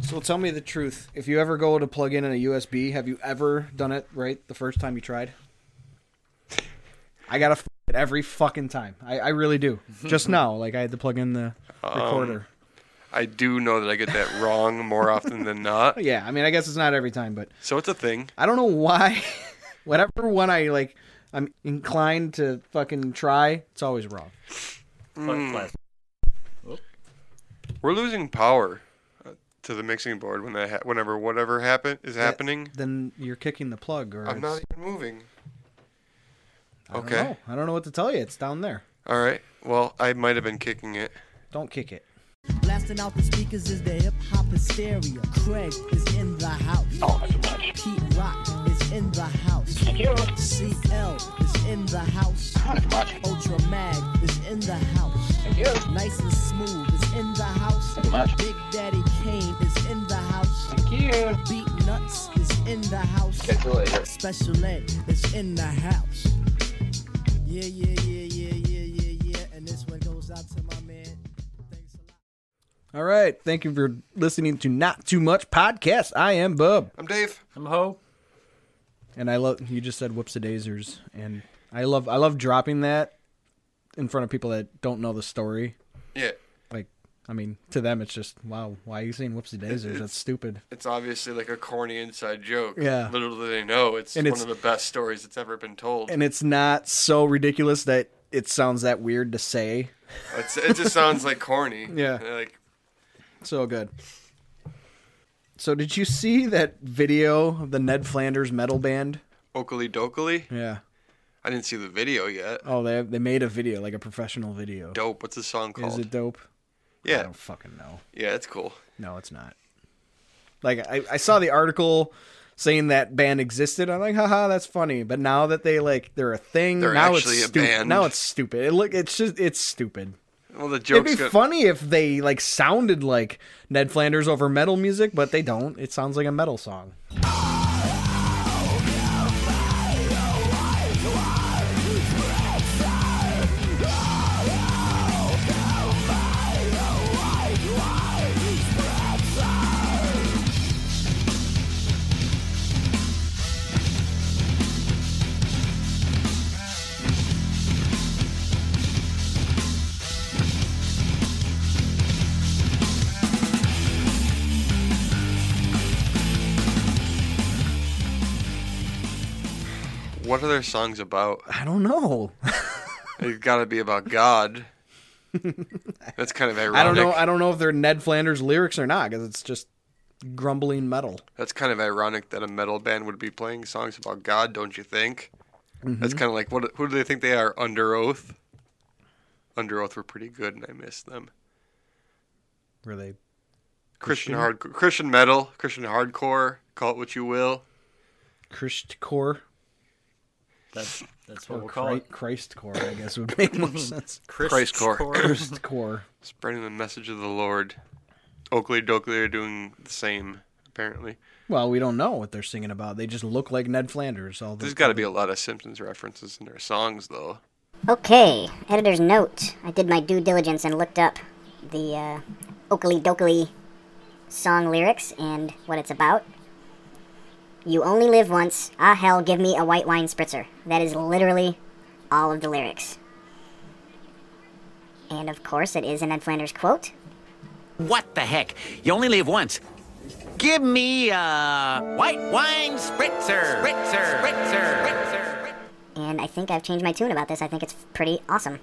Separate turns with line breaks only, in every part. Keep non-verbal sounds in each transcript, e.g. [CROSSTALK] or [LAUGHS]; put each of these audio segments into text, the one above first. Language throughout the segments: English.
So tell me the truth. If you ever go to plug in a USB, have you ever done it right the first time you tried? I gotta f- it every fucking time. I, I really do. Just now, like I had to plug in the
Um,
recorder.
I do know that I get that wrong more often
[LAUGHS]
than not.
Yeah, I mean, I guess it's not every time, but
So it's a thing.
I don't know why. [LAUGHS] Whatever one I like, I'm inclined to fucking try. It's always wrong.
Fuck class.
We're losing power uh, to the mixing board when that ha- whenever whatever happen is happening.
Then you're kicking the plug, or
I'm
it's-
not even moving.
I don't
okay.
know. I don't know what to tell you. It's down there.
All right. Well, I might have been kicking it.
Don't kick it.
Blasting out the speakers is the hip hop hysteria. Craig is in the house. Oh, Pete Rock is in the house. CL is in the house. Ultra Mag is in the house. Nice and smooth is in the house. Big Daddy Kane is in the house. Beat Nuts is in the house. Special Ed is in the house. Yeah, yeah, yeah, yeah, yeah, yeah, yeah. And this one goes out to my man. Thanks a lot.
All right. Thank you for listening to Not Too Much Podcast. I am Bub.
I'm Dave.
I'm ho.
And I love you just said whoops a daisies and I love I love dropping that in front of people that don't know the story.
Yeah.
Like I mean, to them it's just wow, why are you saying whoops a daisies? That's stupid.
It's obviously like a corny inside joke.
Yeah.
Little do they know, it's
And
one
it's-
of the best stories that's ever been told.
And it's not so ridiculous that it sounds that weird to say.
It's, it just sounds like corny.
[LAUGHS] Yeah.
Like
So good. So did you see that video of the Ned Flanders metal band?
Oakley Dokley.
Yeah.
I didn't see the video yet.
Oh, they they made a video, like a professional video.
Dope. What's the song
Is
called?
it dope? I
yeah.
don't fucking know.
Yeah, it's cool.
No, it's not. Like I, I saw the article saying that band existed. I'm like, haha, that's funny. But now that they like they're a thing,
They're
now
actually a
it's stupid.
band.
Now it's stupid. It look, it's just it's stupid.
Well, the
It'd
joke's
be
got-
funny if they like sounded like Ned Flanders over metal music, but they don't. It sounds like a metal song.
What are their songs about?
I don't know.
It's got to be
[LAUGHS]
about God. That's kind of ironic.
I don't know. I don't know if they're Ned Flanders lyrics or not because it's just grumbling metal.
That's kind of ironic that a metal band would be playing songs about God, don't you think? That's
Mm-hmm.
kind of like what? Who do they think they are? Under Oath. Under Oath were pretty good, and I miss them.
Were they?
Christian, hard, Christian metal, Christian hardcore. Call it what you will.
Christcore
That's that's what
or
we'll call it.
Christ core, I guess would make
[LAUGHS]
more sense.
Christ core.
chorus.
Core.
[COUGHS] Spreading the message of the Lord. Oakley Dokley are doing the same. Apparently,
Well, we don't know what they're singing about. They just look like Ned Flanders. All
there's got to be a lot of Simpsons references in their songs, though.
Okay, editor's note. I did my due diligence and looked up the uh, Oakley Dokley song lyrics and what it's about. You only live once. Ah, hell, give me a white wine spritzer. That is literally all of the lyrics. And of course, it is an Ed Flanders quote.
What the heck? You only live once. Give me a white wine spritzer. Spritzer. Spritzer. Spritzer.
And I think I've changed my tune about this. I think it's pretty awesome.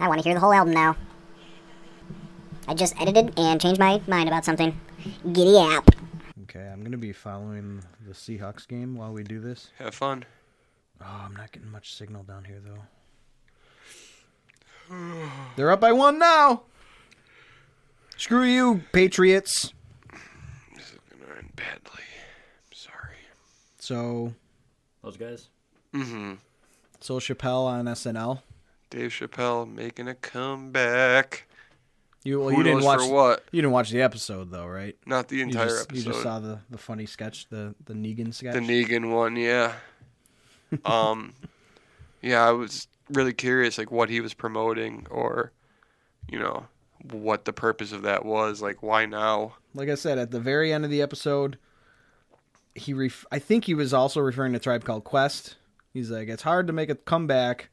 I want to hear the whole album now. I just edited and changed my mind about something. Giddy up.
Okay, I'm gonna be following the Seahawks game while we do this.
Have fun.
Oh, I'm not getting much signal down here
[SIGHS]
though. They're up by one now. Screw you, Patriots.
This is gonna end badly. I'm sorry.
So,
Those guys.
Mm-hmm.
so Chappelle on SNL.
Dave Chappelle making a comeback.
You well,
Who
you didn't
knows
watch
for what?
you didn't watch the episode though, right?
Not the
You
entire
just, you
episode.
just saw the, the funny sketch, the the Negan sketch.
the Negan
[LAUGHS]
one, yeah. um, yeah, I was really curious, like what he was promoting, or you know, what the purpose of that was. Like, why now?
Like I said at the very end of the episode, he ref- I think he was also referring to Tribe Called Quest. He's like, it's hard to make a comeback.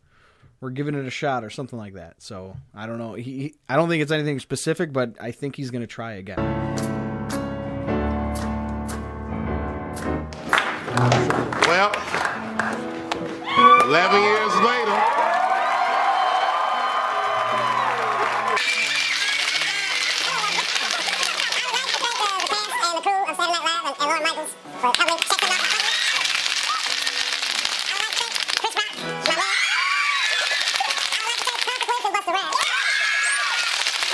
We're giving it a shot or something like that. So I don't know. He, he I don't think it's anything specific, but I think he's gonna try again.
Well, 11 years later.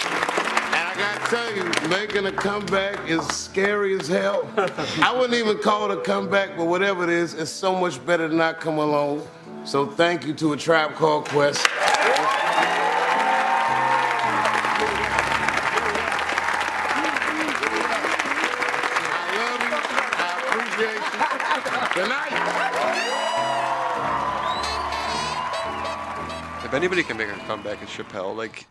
And I gotta tell you, making a comeback is scary as hell. I wouldn't even call it a comeback, but whatever it is, it's so much better than not come along. So thank you to a tribe called Quest. I love you. I appreciate you. Good night.
If anybody can make a comeback, it's Chappelle. Like,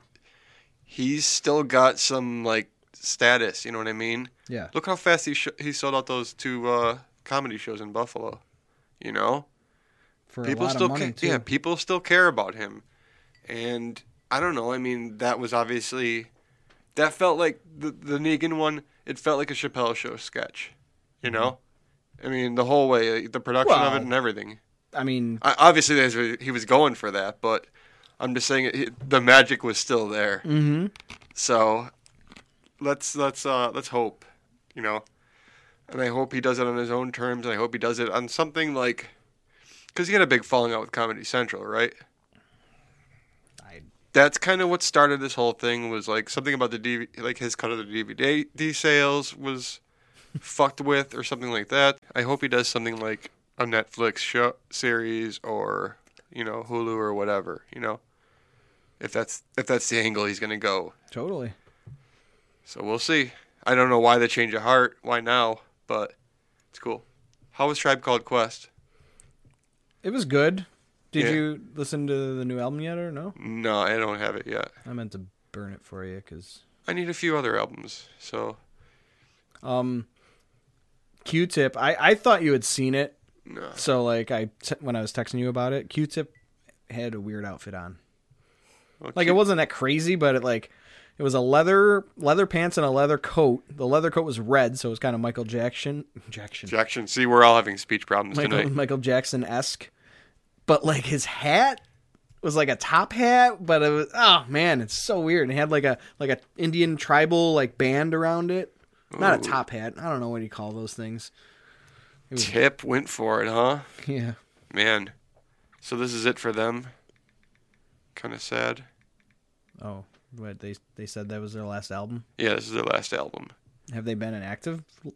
he's still got some like status. You know what I mean?
Yeah.
Look how fast he sh- he sold out those two uh, comedy shows in Buffalo. You know,
For a
people
lot
still
of money
ca-
too.
yeah, people still care about him, and I don't know. I mean, that was obviously that felt like the the Negan one. It felt like a Chappelle show sketch. You know, I mean, the whole way, the production of
Mm-hmm. Well-
it and everything.
I mean,
I, obviously, there's, he was going for that, but I'm just saying it, the magic was still there. Mm-hmm. So let's let's uh, let's hope, you know, and I hope he does it on his own terms, and I hope he does it on something like because he had a big falling out with Comedy Central, right?
I,
That's kind of what started this whole thing. Was like something about the DV, like his cut of the DVD D sales was fucked with, or something like that. I hope he does something like a Netflix show series, or you know Hulu or whatever. You know, if that's if that's the angle he's gonna go.
totally.
So we'll see. I don't know why the change of heart, why now, but it's cool. How was Tribe Called Quest?
It was good. Did
Yeah.
you listen to the new album yet or no?
No, I don't have it yet.
I meant to burn it for you because
I need a few other albums. So
Q-Tip. I I thought you had seen it,
no.
so like I te- when I was texting you about it, Q-Tip had a weird outfit on.
Well,
Like it wasn't that crazy, but it like it was a leather leather pants and a leather coat. The leather coat was red, so it was kind of Michael Jackson Jackson
Jackson, see, we're all having speech problems
Michael, [LAUGHS]
tonight.
Michael Jackson esque. But like his hat was like a top hat, but it was oh man, it's so weird. And it had like a like a Indian tribal like band around it. Not a top hat. I don't know what you call those things.
Tip went for it, huh?
Yeah.
Man. So this is it for them. Kind of sad.
Oh, what they they said that was their last album.
Yeah, this is their last album.
Have they been inactive l-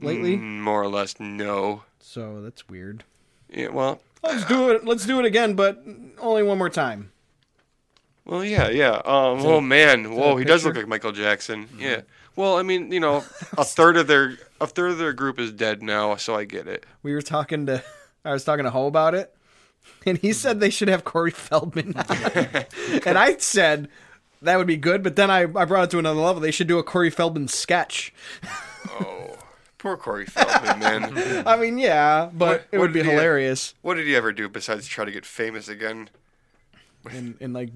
lately?
Mm, More or less, no.
So that's weird.
Yeah, well,
Let's do it. Let's do it again, but only one more time.
Well, yeah, yeah. Um, oh man, whoa,
a
he does
picture? Mm-hmm.
look like Michael Jackson. Yeah. Well, I mean, you know,
[LAUGHS]
a third of their a third of their group is dead now, so I get it.
We were talking to, I was talking to Ho about it, and he said they should have Corey Feldman, on. [LAUGHS] and I said that would be good. But then I, I brought it to another level. They should do a Corey Feldman sketch.
Oh, Poor Corey Feldman,
[LAUGHS]
man.
I mean, yeah, but
What-
it
what
would be
did he-
hilarious
What did he ever do besides try to get famous again?
and and like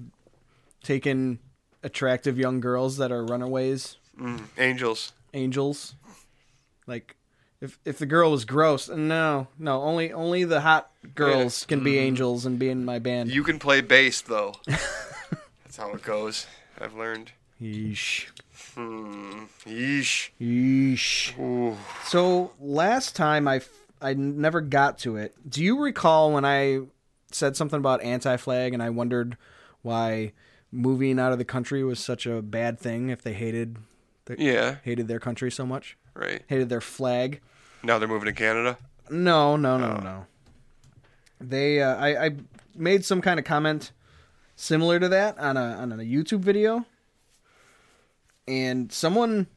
taking attractive young girls that are runaways,
Angels.
angels. Like if if the girl was gross, no, no, only only the hot girls can be angels and be in my band.
You can play bass
[LAUGHS]
though. That's how it goes. I've learned.
Yeesh.
Yeesh.
Yeesh. So last time I, f- I never got to it. Do you recall when I said something about anti flag and I wondered why moving out of the country was such a bad thing if they hated the,
Yeah.
hated their country so much?
Right.
Hated their flag?
Now they're moving to Canada.
No, no, no, no. They uh, I, I made some kind of comment similar to that on a on a YouTube video, and someone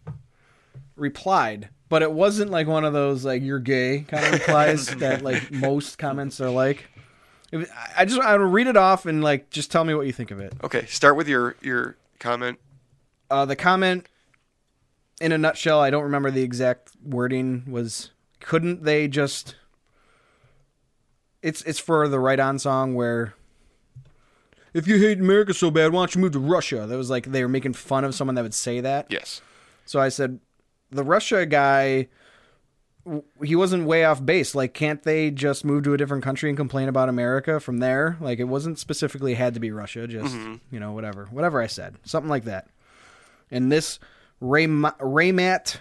replied, but it wasn't like one of those like "you're gay" kind of replies that like most comments are like. It was- I- I just I would read it off and like just tell me what you think of it.
Okay. Start with your your comment
Uh, the comment, in a nutshell, I don't remember the exact wording. Was couldn't they just? It's it's for the right on song where. If you hate America so bad, why don't you move to Russia? That was like they were making fun of someone that would say that.
Yes.
So I said, the Russia guy, w- he wasn't way off base. Like, can't they just move to a different country and complain about America from there? Like, it wasn't specifically had to be Russia. Just you know, whatever, whatever I said, something like that. And this Rayma- Raymat,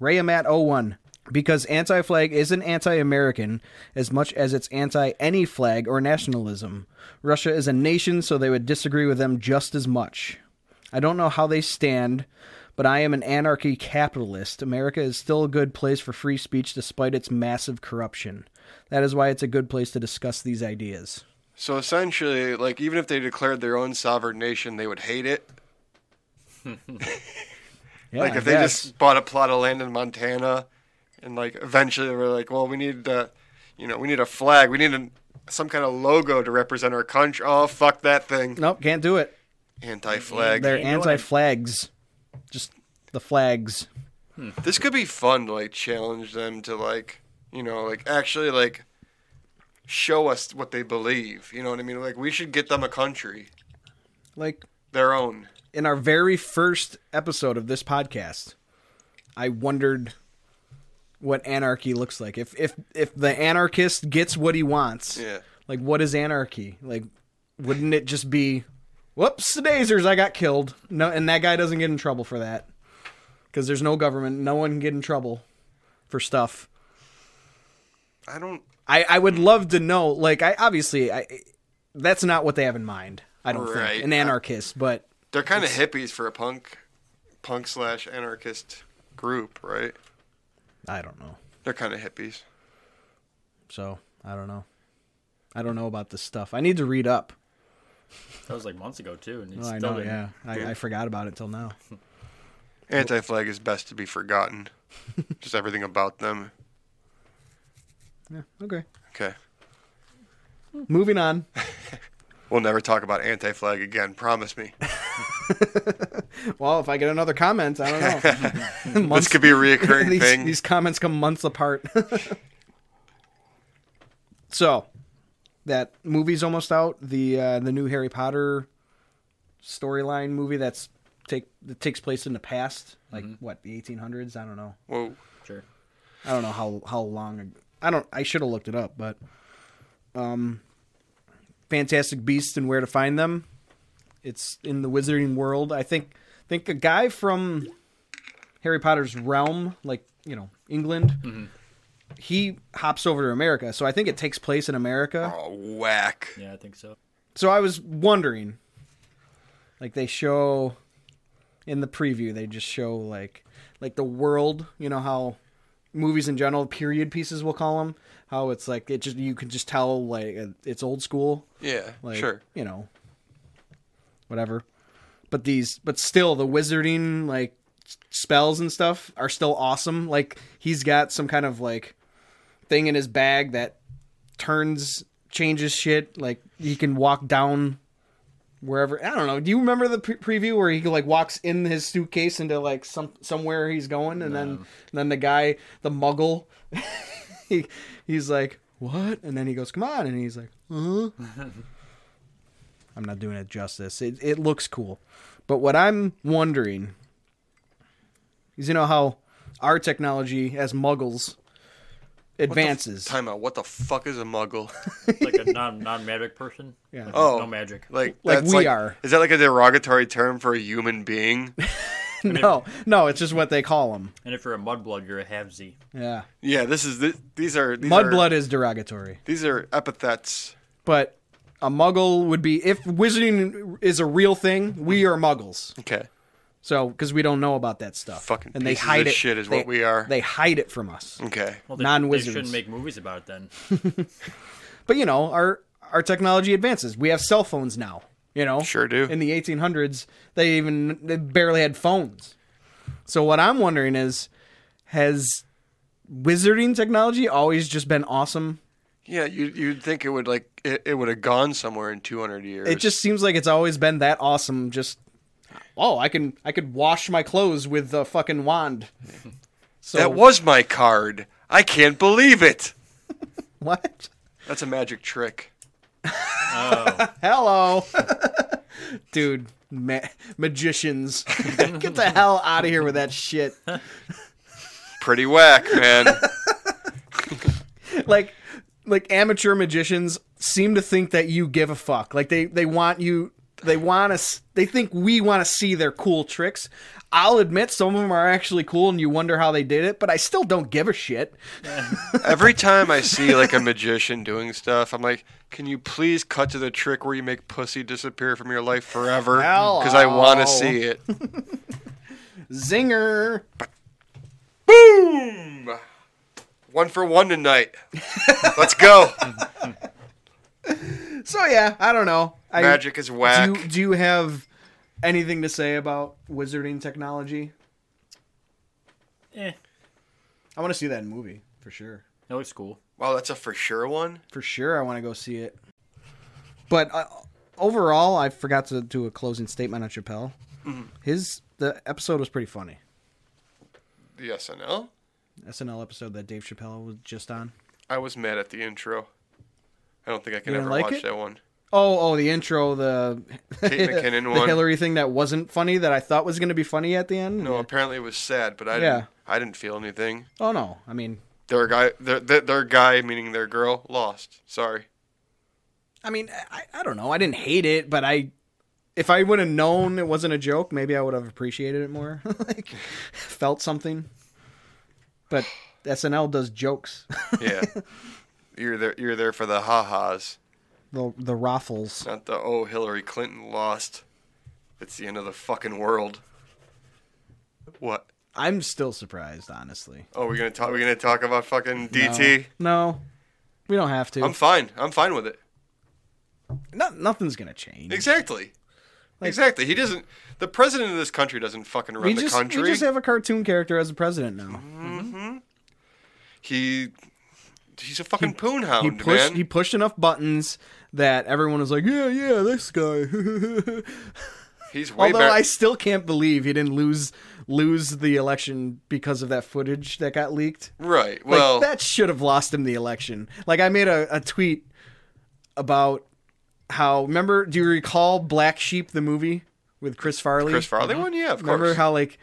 Rayamat 01. Because anti flag isn't anti American as much as it's anti any flag or nationalism. Russia is a nation, so they would disagree with them just as much. I don't know how they stand, but I am an anarchy capitalist. America is still a good place for free speech despite its massive corruption. That is why it's a good place to discuss these ideas.
So essentially, like even if they declared their own sovereign nation, they would hate it.
Yeah,
like
I
if they
guess.
just bought a plot of land in Montana, and like eventually they were like, well, we need, uh, you know, we need a flag, we need a, some kind of logo to represent our country. Oh, fuck that thing.
Nope, can't do it.
Anti-flag.
They're
Ain't doing it.
anti flags. Just the flags.
This could be fun to like challenge them to like, you know, like actually like show us what they believe. You know what I mean? Like we should get them a country,
Like
their own.
in our very first episode of this podcast, I wondered what anarchy looks like. If if if the anarchist gets what he wants,
Yeah.
like what is anarchy? Like wouldn't it just be whoops, dazers, I got killed. No, and that guy doesn't get in trouble for that. Cuz there's no government, no one can get in trouble for stuff.
I don't.
I, I would love to know. Like, I obviously, I that's not what they have in mind. I don't
Right.
think an anarchist, but
They're kind of hippies for a punk, punk slash anarchist group, right?
I don't know.
They're kind of hippies.
So I don't know. I don't know about this stuff. I need to read up. Oh,
That was like months ago too, and it's
I
still
know.
been
Yeah, I, I forgot about it till now.
Anti-flag is best to be forgotten.
[LAUGHS]
Just everything about them.
Yeah. Okay.
Okay.
Moving on.
We'll never talk about anti-flag again.
[LAUGHS]
Promise me.
Well, if I get another comment, I don't know.
This could be
[LAUGHS]
a reoccurring
these,
thing.
these comments come months apart. [LAUGHS] so, that movie's almost out. The uh, the new Harry Potter storyline movie that's take that takes place in the past, like what the 1800s. I don't know.
Whoa.
sure.
I don't know how how long. ag- I don't. I should have looked it up, but um, Fantastic Beasts and Where to Find Them. It's in the Wizarding World. I think think a guy from Harry Potter's realm, like you know England, he hops over to America. So I think it takes place in America.
Oh, whack.
Yeah, I think so.
So I was wondering, like they show in the preview, they just show like like the world. You know how movies in general, period pieces, we'll call them. How it's like it just you can just tell like it's old school.
Yeah.
Like,
sure.
You know, whatever. But these, but still, the wizarding like s- spells and stuff are still awesome. Like he's got some kind of like thing in his bag that turns changes shit. Like he can walk down wherever. I don't know. Do you remember the pre- preview where he like walks in his suitcase into like some somewhere he's going, and then and then the guy, the Muggle, [LAUGHS] he he's like. What? And then he goes, "Come on!" And he's like, [LAUGHS] I'm not doing it justice. It it looks cool. But what I'm wondering is you know how our technology as muggles advances. [LAUGHS]
Time out. What the fuck is a muggle?
Like
[LAUGHS]
a non non magic person.
Yeah.
Like,
Oh.
no magic.
Like,
Like
that's
we are.
Is that like a derogatory term for a
[LAUGHS]
human being?
no, no, it's just what they call them.
And if you're a mudblood, you're a havesy.
Yeah.
yeah. This is th these are these are-
Mudblood is derogatory.
These are epithets.
But a muggle would be if wizarding is a real thing, we
Mm-hmm.
are muggles.
Okay.
So because we don't know about that stuff.
Fucking
and they
pieces
hide
of
it.
shit is
they-
what we are. Mm.
They hide it from us.
Okay.
Well, they,
Non-wizards.
They shouldn't make movies about it then.
but you know our our technology advances we have cell phones now you know
Sure do.
in the 1800s they even they barely had phones so what i'm wondering is has wizarding technology always just been awesome
Yeah, you you'd think it would like it, it would have gone somewhere in 200 years.
it just seems like it's always been that awesome just oh, I can I could wash my clothes with the fucking wand. So
That was my card. I can't believe it.
what?
That's a magic trick.
Hello, [LAUGHS] dude. Ma- magicians, [LAUGHS] get the hell out of here with that shit.
Pretty whack, man.
[LAUGHS] like like amateur magicians seem to think that you give a fuck. Like they they want you they want us they think we want to see their cool tricks. I'll admit some of them are actually cool and you wonder how they did it, but I still don't give a shit.
Every time I see like a magician doing stuff, I'm like, can you please cut to the trick where you make pussy disappear from your life forever? Because I want to
Hello.
see
[LAUGHS]
it.
Zinger.
Boom! One for one tonight. Let's go.
So yeah, I don't know. [LAUGHS] I,
Magic is whack.
Do you, do you have anything to say about wizarding technology?
Eh,
I want to see that in a movie for sure.
it looks cool.
Wow, that's a for sure one.
for sure I want to go see it. But uh, overall, I forgot to do a closing statement on Chappelle.
Mm-hmm.
His the episode was pretty funny.
The SNL.
SNL episode that Dave Chappelle was just on.
I was mad at the intro. I don't think I can
You didn't
ever
like
watch
it?
that one.
Oh, oh, the intro, the
Kate McKinnon
[LAUGHS] the
one.
Hillary thing that wasn't funny that I thought was going to be funny at the end.
No, apparently it was sad, but I
Yeah.
didn't. I didn't feel anything.
Oh no, I mean,
Their guy, their, their, their guy, meaning their girl, lost. Sorry.
I mean, I, I don't know. I didn't hate it, but I, if I would have known it wasn't a joke, maybe I would have appreciated it more. [LAUGHS] like, felt something. But SNL does jokes. [LAUGHS]
Yeah, you're there. You're there for the ha ha's,
the the raffles.
not the oh Hillary Clinton lost. It's the end of the fucking world. What?
I'm still surprised, honestly.
Oh, we're gonna talk. We're gonna talk about fucking DT.
No, we don't have to.
I'm fine. I'm fine with it.
No, nothing's gonna change.
Exactly. exactly. He doesn't. The president of this country doesn't fucking run
We
the
just
country.
we just have a cartoon character as a president now.
he. He's a fucking poon hound,
He pushed
man.
he pushed enough buttons that everyone was like, yeah, yeah, this guy. [LAUGHS]
He's way
Although
better.
I still can't believe he didn't lose lose the election because of that footage that got leaked.
Right.
Like
Well,
that should have lost him the election. Like I made a, a tweet about how remember do you recall Black Sheep the movie with Chris Farley?
Chris Farley one, yeah, of
Uh-huh. Remember
course.
how like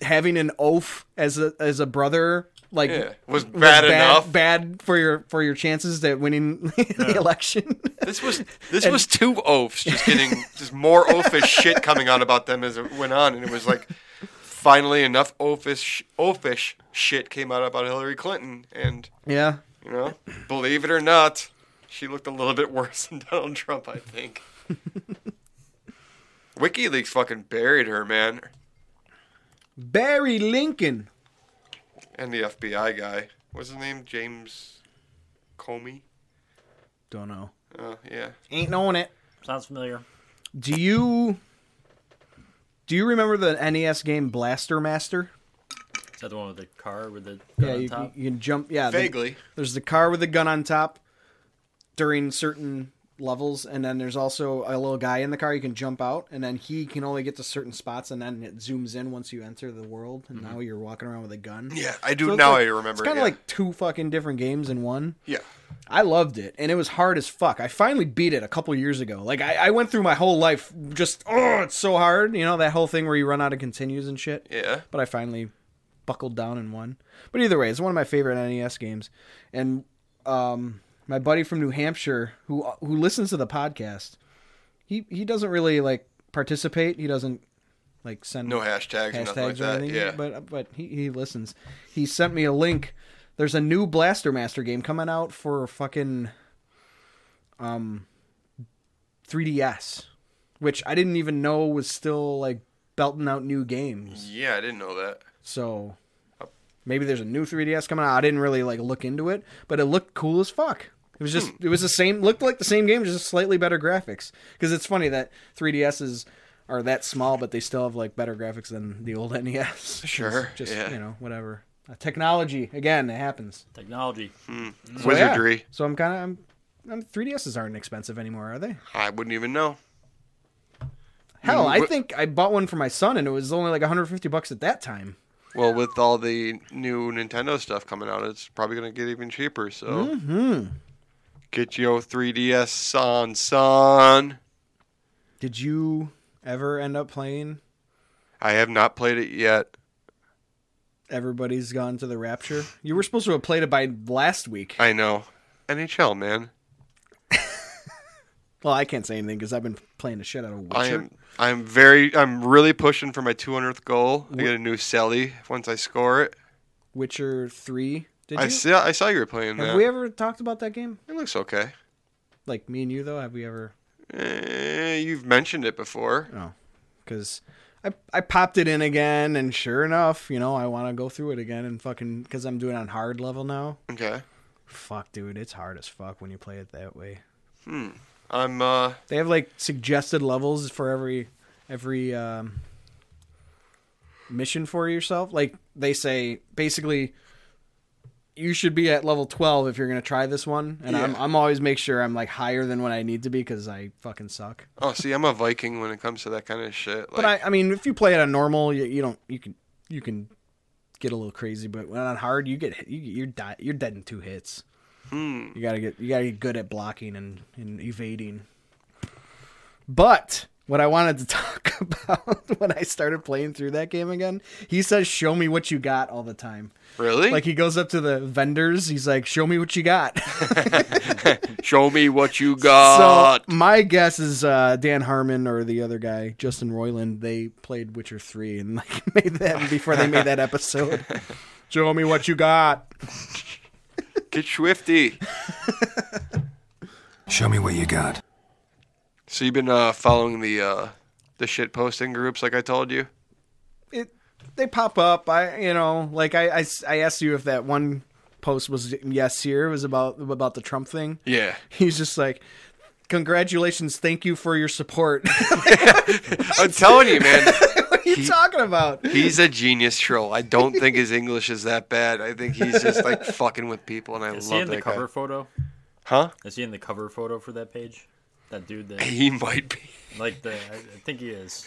having an oaf as a as a brother like
Yeah, was bad enough.
bad for your for your chances at winning [LAUGHS] the election. [LAUGHS]
this was this was two oafs just getting just more oafish shit coming out about them as it went on, and it was like finally enough oafish oafish shit came out about Hillary Clinton, and
yeah.
you know, believe it or not, she looked a little bit worse than Donald Trump,
[LAUGHS]
I think. WikiLeaks fucking buried her, man,
Barry Lincoln.
and the FBI guy. What's his name? James Comey.
Don't know.
Oh yeah.
Ain't knowing it.
Sounds familiar.
Do you do you remember the NES game Blaster Master?
Is that the one with the car with the gun
Yeah,
on
you,
top?
you can jump. Yeah, the-
Vaguely.
there's the car with the gun on top during certain levels, and then there's also a little guy in the car you can jump out, and then he can only get to certain spots, and then it zooms in once you enter the world, and
Mm-hmm.
now you're walking around with a gun.
Yeah, I do
So it's
now.
like-
I remember.
It's kind of like two fucking different games in one.
yeah.
I loved it, and it was hard as fuck. I finally beat it a couple years ago. Like I, I went through my whole life just oh, it's so hard. You know that whole thing where you run out of continues and shit.
Yeah. Yeah.
But I finally buckled down and won. But either way, it's one of my favorite NES games. And um, my buddy from New Hampshire who who listens to the podcast, he he doesn't really like participate. He doesn't like send
No hashtags, or nothing like
hashtags or
that.
anything.
yeah.
But but he, he listens. He sent me a link. There's a new Blaster Master game coming out for fucking um 3DS, which I didn't even know was still like belting out new games.
yeah, I didn't know that.
So maybe there's a new 3DS coming out. I didn't really like look into it, but it looked cool as fuck. It was
Hmm.
just it was the same looked like the same game, just slightly better graphics. Because it's funny that 3DSs are that small, but they still have like better graphics than the old [LAUGHS] NES.
Sure,
It's just
yeah.
you know whatever. Uh, technology again, it happens.
Technology.
So, yeah.
Wizardry.
So I'm kind of I'm, I'm 3DSs aren't expensive anymore, are they?
I wouldn't even know.
Hell, I
Wh-
think I bought one for my son, and it was only like 150 bucks at that time.
Well, with all the new Nintendo stuff coming out, it's probably going to get even cheaper. So
Mm-hmm.
get your 3DS on, son.
Did you ever end up playing
I have not played it yet.
Everybody's Gone to the Rapture? You were supposed to have played it by last week.
I know. NHL, man.
Well, I can't say anything because I've been playing the shit out of Witcher.
I am. I'm very. I'm really pushing for my 200th goal. I get a new Sally once I score it.
Witcher 3. Did you?
I saw. I saw you were playing
have
that.
we ever talked about that game?
it looks okay.
Like me and you, though? Have we ever?
Eh, you've mentioned it before.
Oh, because I I popped it in again, and sure enough, you know, I want to go through it again and fucking because I'm doing it on hard level now.
Okay.
Fuck, dude, it's hard as fuck when you play it that way.
I'm. uh
They have like suggested levels for every every um, mission for yourself. Like they say, basically, you should be at level twelve if you're gonna try this one. And I'm
Yeah.
I'm always make sure I'm like higher than what I need to be because I fucking suck.
Oh, see, I'm a Viking when it comes to that kind of shit.
But I, I mean, if you play it on normal, you, you don't you can you can get a little crazy. But when on hard, you get hit- you, you're di- you're dead in two hits. You gotta get you gotta get good at blocking and, and evading. But what I wanted to [LAUGHS] talk about [LAUGHS] when I started playing through that game again, he says, "Show me what you got" all the time.
really
Like he goes up to the vendors, he's like, "Show me what you got." [LAUGHS]
show me what you got.
So my guess is uh, Dan Harmon or the other guy, Justin Roiland, they played Witcher three and like [LAUGHS] made that before they made that episode. [LAUGHS] Show me what you got.
Get swifty.
Show me what you got.
So you've been uh, following the uh, the shit posting groups, like I told you.
It they pop up. I you know like I, I s- I asked you if that one post was yes here was about about the Trump thing.
Yeah.
He's just like. Congratulations! Thank you for your support. [LAUGHS]
I'm telling you, man.
what are you talking about?
He's a genius troll. I don't think his English is that bad. I think he's just like fucking with people, and I
Is
love
he in the
that guy.
cover photo?
Huh?
Is he in the cover photo for that page? That
[LAUGHS]
dude that
He might be.
like the I I think he is.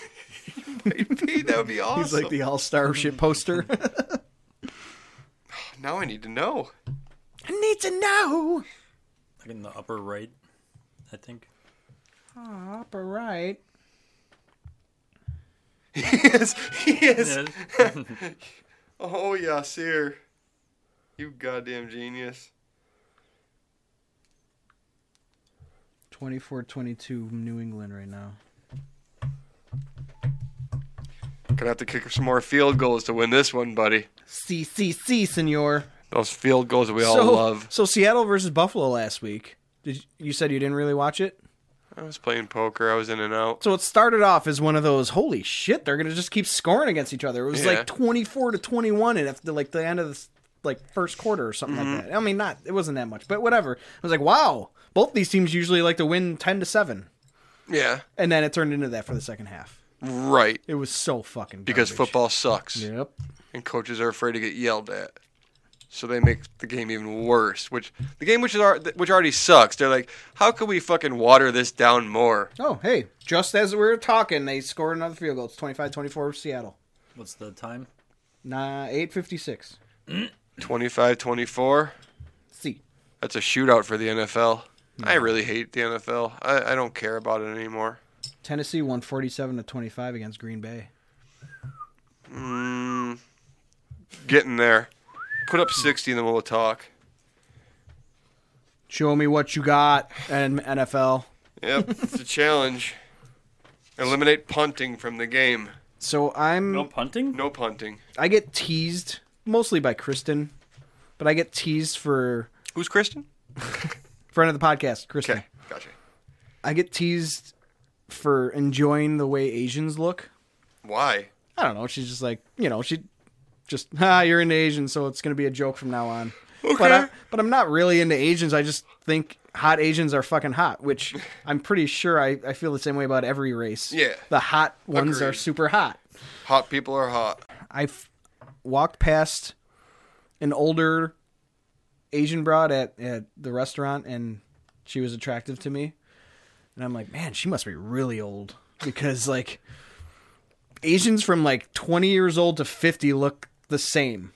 Might be. That would be awesome.
He's like the all-star shit poster.
now I need to know.
I need to know.
Like in the upper right, I think.
Up all right.
he is. He is.
Yeah,
Oh yes, here. You goddamn genius.
24 22 New England right now.
Gonna have to kick some more field goals to win this one, buddy.
C C C senor.
Those field goals that we all love.
So Seattle versus Buffalo last week. Did you, you said you didn't really watch it?
I was playing poker. I was in and out.
So it started off as one of those holy shit, they're going to just keep scoring against each other. It was
Yeah.
like 24 to 21 and after like the end of the s- like first quarter or something
Mm-hmm.
like that. I mean not it wasn't that much, but whatever. I was like, "Wow, both these teams usually like to win 10 to 7."
Yeah.
And then it turned into that for the second half.
Right.
It was so fucking
Because
garbage.
football sucks.
Yep.
and coaches are afraid to get yelled at. So they make the game even worse, which the game which is al- which already sucks. They're like, how can we fucking water this down more?
Oh, hey, just as we were talking, they scored another field goal. It's 25-24 Seattle.
What's the time?
Nah, 856.
25-24.
See.
That's a shootout for the NFL. I really hate the NFL. I, I don't care about it anymore.
Tennessee won 47 to 25 against Green Bay.
Getting there. Put up 60 and then we'll talk.
Show me what you got and NFL.
Yep, it's a challenge. Eliminate punting from the game.
So I'm
No punting?
No punting.
I get teased mostly by Kristen, but I get teased for
Who's Kristen?
friend of the podcast, Kristen.
Okay, gotcha.
I get teased for enjoying the way Asians look.
Why?
I don't know. She's just like, you know, she just, ah, you're into Asians, so it's going to be a joke from now on. But, I, but I'm not really into Asians. I just think hot Asians are fucking hot, which I'm pretty sure I, I feel the same way about every race.
Yeah.
The hot ones are
Agreed.
super hot.
Hot people are hot.
I f- walked past an older Asian broad at, at the restaurant, and she was attractive to me. And I'm like, man, she must be really old. because like Asians from like 20 years old to 50 look the same.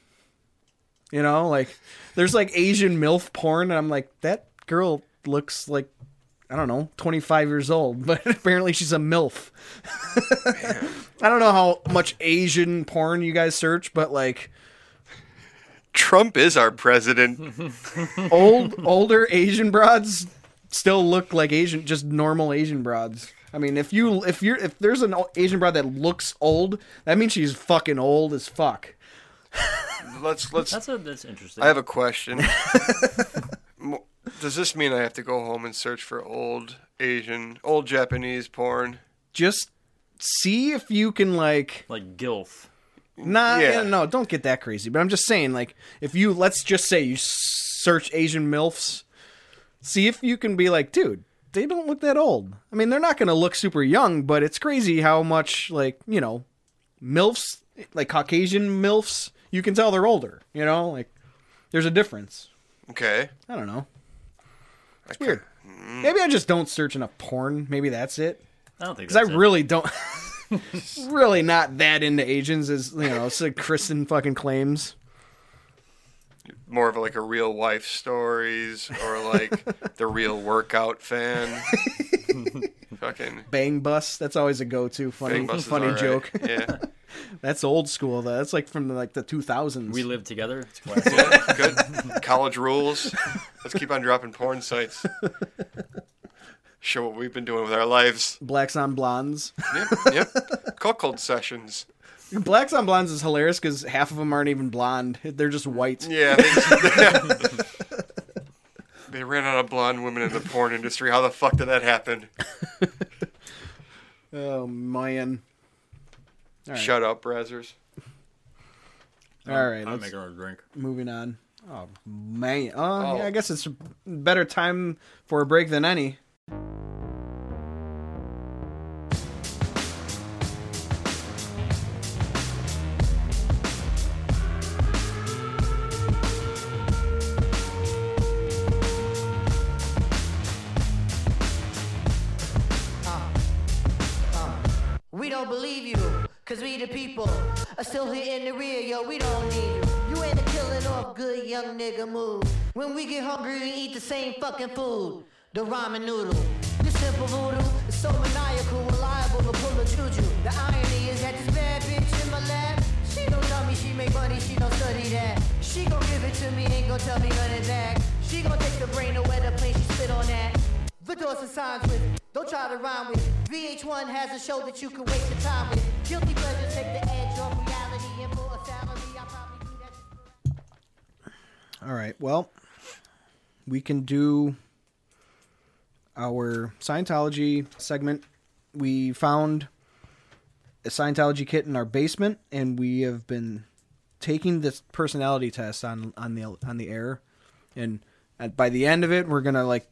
You know, like there's like Asian MILF porn and I'm like that girl looks like I don't know, 25 years old, [LAUGHS] but apparently she's a MILF. I don't know how much Asian porn you guys search, but like
Trump is our [LAUGHS] president.
old older Asian broads still look like Asian, just normal Asian broads. I mean, if you if you're if there's an o- Asian broad that looks old, that means she's fucking old as fuck.
let's let's
That's a, that's interesting.
I have a [LAUGHS] question. Mo- Does this mean I have to go home and search for old Asian, old Japanese porn?
Just see if you can like
like gilf.
nah yeah,
Yeah.
no don't get that crazy. But I'm just saying like if you let's just say you search Asian milfs, see if you can be like dude. They don't look that old. I mean, they're not going to look super young, but it's crazy how much like you know milfs like caucasian milfs you can tell they're older you know like there's a difference
Okay.
i don't know
It's
weird maybe i just don't search enough porn maybe that's it
I don't think
because
that's
i
it.
really don't [LAUGHS] really not that into asians as you know it's like kristen fucking claims
More of like a real wife stories or [LAUGHS] like the real workout fan. [LAUGHS] Fucking
bang bus that's always a go-to funny
Bang Bus is
funny
alright.
joke
Yeah.
that's old school though that's like from like the 2000s
We live together.
[LAUGHS]
It's classic.
Yeah, Good. College rules. Let's keep on dropping porn sites. Show what we've been doing with our lives.
blacks on blondes [LAUGHS]
Yep. Yep. Cuckold sessions.
blacks on blondes is hilarious because half of them aren't even blonde they're just white
Yeah. They, just- [LAUGHS] they ran out of blonde women in the porn industry. How the fuck did that happen?
oh man
Shut up, Brazzers.
all right,
I'm
let's-
making her a drink.
moving on. Oh man, oh,
Oh.
Yeah, I guess it's a better time for a break than any.
We don't believe you, cause we the people are still here in the rear, yo, we don't need you. You ain't a killing off good young nigga move. When we get hungry, we eat the same fucking food, the ramen noodle. This simple voodoo is so maniacal, reliable to pull a juju. The irony is that this bad bitch in my lap, she don't tell me she make money, she don't study that. She gon' give it to me, ain't gon' tell me nothing back. She gon' take the brain away the place she spit on that. The doors and signs with, don't try to rhyme with. VH1 has a show that you can waste your time with. Guilty pleasure, take the edge off reality. And for a salary, I probably do that.
All right, well, we can do our Scientology segment. We found a Scientology kit in our basement, and we have been taking this personality test on on the on the air. And at, by the end of it, we're gonna like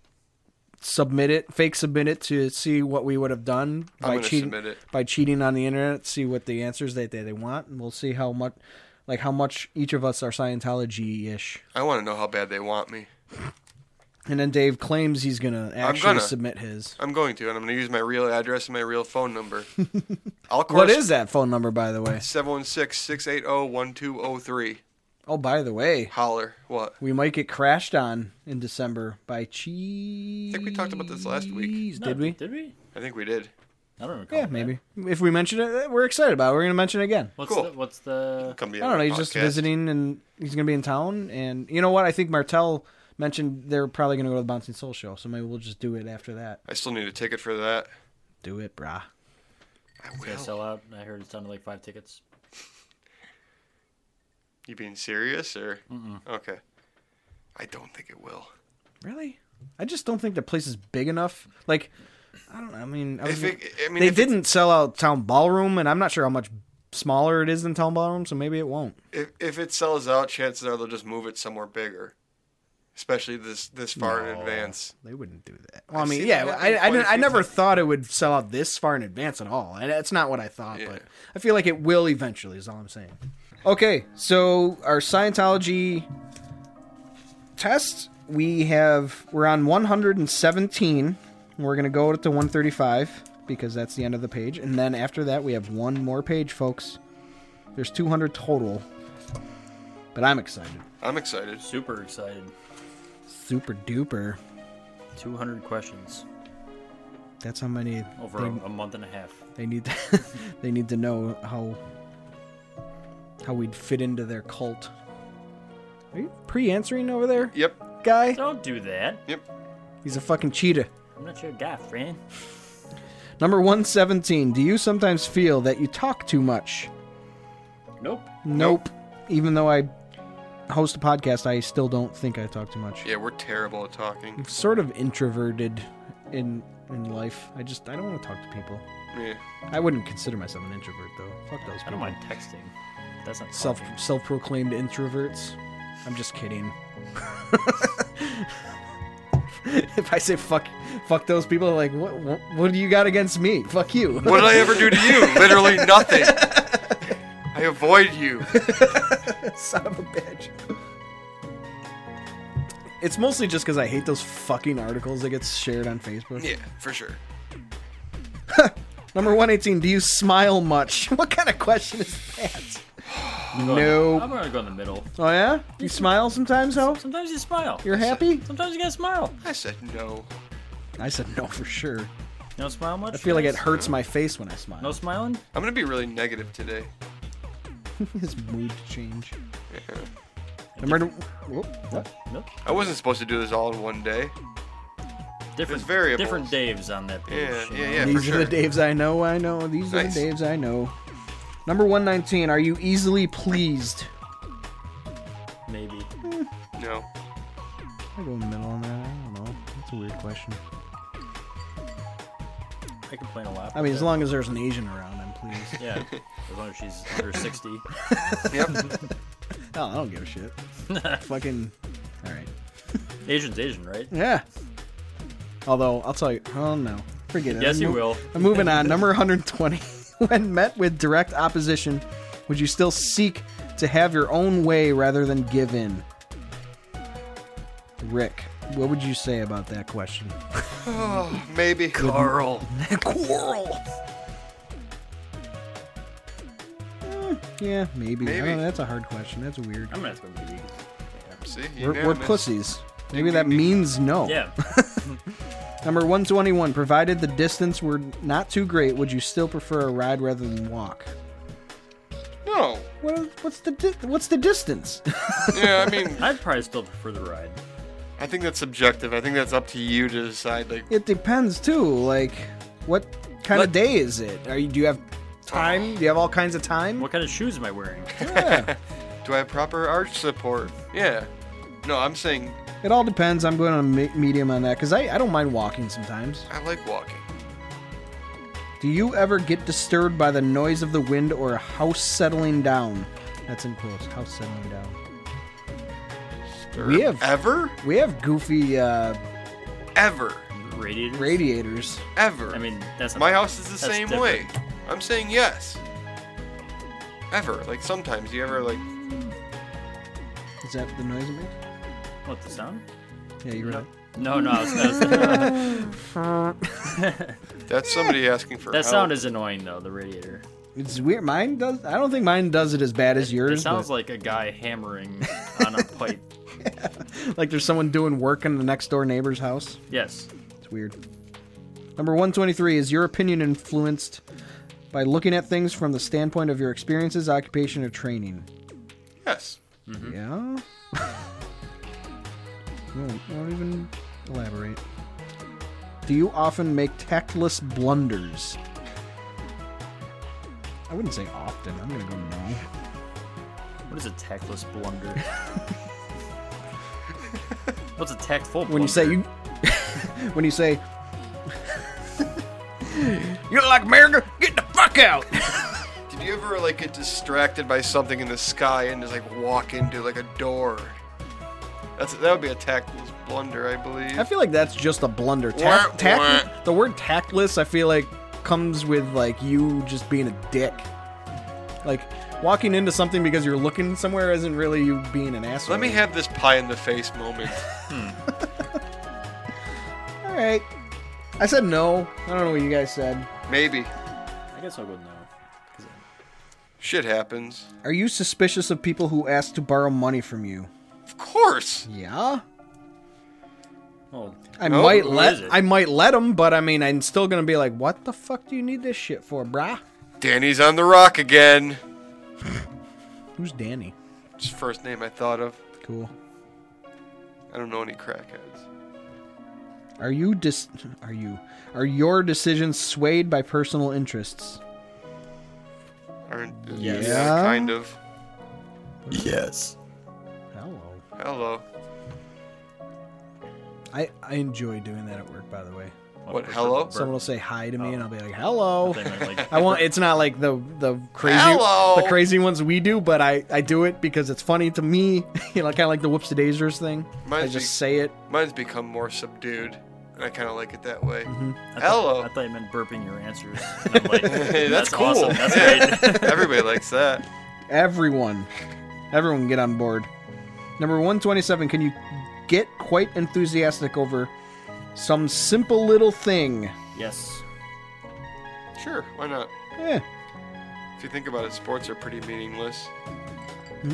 submit it, fake submit it to see what we would have done by
gonna
cheating
submit it.
by cheating on the internet. See what the answers that they, they want, and we'll see how much like how much each of us are Scientology ish.
I want to know how bad they want me.
And then Dave claims he's gonna actually
gonna.
submit his.
I'm going to, and I'm going to use my real address and my real
[LAUGHS]
phone number. I'll
What is that phone number, by the way?
716 680 1203.
Oh, by the way,
Holler. What?
we might get crashed on in December by cheese.
I think we talked about this last week.
Did we?
Did we?
I think we did.
I don't recall.
Yeah,
that.
maybe. If we mention it, eh, we're excited about. it. We're gonna mention it again.
What's
Cool.
the what's the
Come be
I
on
don't know.
the
He's just
podcast.
visiting, and he's gonna be in town. And you know what? I think Martel mentioned they're probably gonna go to the Bouncing Soul show, so maybe we'll just do it after that.
I still need a ticket for that.
Do it, brah.
I
Did I
will.
sell out? I heard it's down to like five tickets.
You being serious or? Okay. I don't think it will.
Really? I just don't think the place is big enough. Like, I don't. I mean, I was,
If it, I mean,
they
if it's-
didn't sell out Town Ballroom, and I'm not sure how much smaller it is than Town Ballroom, so maybe it won't.
If, if it sells out, chances are they'll just move it somewhere bigger, especially this this far in advance.
They wouldn't do that. Well, I
I've
mean,
seen
yeah,
it happen
I, I,
quite a
didn't- I
few
never
times.
thought it would sell out this far in advance at all, and that's not what I thought.
Yeah.
But I feel like it will eventually. Is all I'm saying. Okay, so our Scientology test, we have we're on 117. and We're gonna go to 135 because that's the end of the page. And then after that, we have one more page, folks. There's 200 total. But I'm excited.
I'm excited.
Super excited.
Super duper.
200 questions
That's how many
over
they,
a, a month and a half.
they need. To, [LAUGHS] they need to know how how we'd fit into their cult. Are you pre-answering over there,
Yep.
guy?
Don't do that.
Yep.
He's a fucking cheetah.
I'm not your guy, friend.
Number 117. Do you sometimes feel that you talk too much?
Nope.
Nope. Even though I host a podcast, I still don't think I talk too much.
Yeah, we're terrible at talking.
Sort of introverted in in life. I just I don't want to talk to people.
Yeah.
I wouldn't consider myself an introvert though. Fuck those
I
people.
don't mind texting. That's not
Self
talking.
self proclaimed introverts. I'm just [LAUGHS] kidding. if I say fuck fuck those people, they're like what, what what do you got against me? Fuck you. [LAUGHS]
What did I ever do to you? Literally nothing. I avoid you.
Son of a bitch. It's mostly just because I hate those fucking articles that get shared on Facebook.
Yeah, for sure.
Number 118, do you smile much? [LAUGHS] What kind of question is [SIGHS] that?
I'm going-
Nope.
I'm gonna go in the middle.
Oh, yeah? You smile sometimes, though?
Sometimes you smile.
You're happy?
Sometimes you gotta smile.
I said no.
I said no for sure.
You don't smile much.
I feel like it hurts my face when I smile.
No smiling.
I'm gonna be really negative today.
[LAUGHS] His mood change. Number. Whoop, what?
Nope.
I wasn't supposed to do this all in one day.
Different
variables.
Different Daves on that page.
Yeah,
you
yeah,
know?
yeah, for
These are
sure.
the Daves I know, I know. These
Nice.
are the Daves I know. Number 119, are you easily pleased?
Maybe.
No.
I go in the middle on that. I don't know. That's a weird question.
I complain a lot.
I mean, as
but-
long as there's an Asian around, I'm pleased.
Yeah. As long as she's under 60.
[LAUGHS] Yep.
[LAUGHS] oh, I don't give a
[LAUGHS]
shit. Fucking. All right.
Asian's Asian, right?
Yeah. Although I'll tell you, oh no, forget it.
Yes,
I'm
you
mov-
will.
I'm moving
[LAUGHS]
on. Number 120. [LAUGHS] when met with direct opposition, would you still seek to have your own way rather than give in? Rick, what would you say about that question?
Maybe.
[LAUGHS]
Carl.
Quarrel. Yeah, maybe. I
Maybe.
don't know, that's a hard question. That's weird.
I'm gonna have to go maybe.
See,
We're, we're
unanimous.
pussies. Maybe
ding,
that
ding.
means no.
Yeah.
Number 121. Provided the distance were not too great, would you still prefer a ride rather than walk?
No.
What, what's the di- what's the distance? [LAUGHS]
Yeah, I mean,
I'd probably still prefer the ride.
I think that's subjective. I think that's up to you to decide. Like,
it depends too. Like, what kind of
Let-
day is it? Are you do you have time? Do you have all kinds of time?
Oh. What kind of shoes am I wearing?
do I have proper arch support? Yeah. No, I'm saying
It all depends. I'm going on a medium on that because I, I don't mind walking sometimes.
I like walking.
Do you ever get disturbed by the noise of the wind or a house settling down? That's in quotes. House settling down. We have
Er, Ever?
we have goofy uh,
Ever?
Radiators.
radiators.
Ever?
I mean, that's not
my house is the
that's
same
different.
way. I'm saying yes. Ever? Like sometimes you ever like
Is that the noise it makes?
What the sound?
Yeah, you're right.
No, no. I was- I
[LAUGHS]
was-
that's somebody asking for
that
help.
sound is annoying though. The radiator.
It's weird. Mine does. I don't think mine does it as bad as
It
yours.
sounds
but-
like a guy hammering on a pipe.
like there's someone doing work in the next door neighbor's house.
Yes.
It's weird. Number 123 is your opinion influenced by looking at things from the standpoint of your experiences, occupation, or training.
yes.
Yeah. [LAUGHS] won't, won't even elaborate. Do you often make tactless blunders? I wouldn't say often. I'm gonna go no.
What is a tactless blunder? What's a tactful blunder?
When you say you, [LAUGHS] when you say, you don't like America, get the fuck out.
Did you ever like get distracted by something in the sky and just like walk into like a door? That's that would be a tactless blunder, I believe.
I feel like that's just a blunder. Tact,
Wah,
tact,
wah.
The word tactless, I feel like, comes with like you just being a dick. Like walking into something because you're looking somewhere isn't really you being an asshole.
Let me have this pie in the face
[LAUGHS]
moment.
All right. I said no. I don't know what you guys said.
Maybe.
I guess I'll go no. 'Cause
Shit happens.
Are you suspicious of people who ask to borrow money from you?
Of course.
Yeah.
I- Oh,
I
Oh,
might
who
let
is it?
I might let him, but I mean, I'm still gonna be like, what the fuck do you need this shit for, brah?
Danny's on the rock again.
Who's Danny?
It's the first name I thought of.
Cool.
I don't know any crackheads.
Are you dis? Are you? Are your decisions swayed by personal interests?
Aren't
Yes.
yeah, kind of.
Yes.
Hello.
Hello.
I I enjoy doing that at work, by the way.
What, hello?
Someone will say hi to me, and I'll be like, "Hello."
They meant, like,
[LAUGHS] I want. It's not like the the crazy
Hello.
the crazy ones we do, but I I do it because it's funny to me. [LAUGHS] you know, kind of like the whoops the daisies thing. I
Mine's
just
be-
say it.
Mine's become more subdued, and I kind of like it that way.
Mm-hmm.
Hello.
I thought you meant burping your answers. And I'm like,
Hey, [LAUGHS] that's, cool.
awesome. That's
Yeah. [LAUGHS]
great.
Everybody likes that.
Everyone, everyone can get on board. Number one twenty seven. Can you get quite enthusiastic over some simple little thing?
yes.
Sure, why not?
Eh.
If you think about it, sports are pretty meaningless.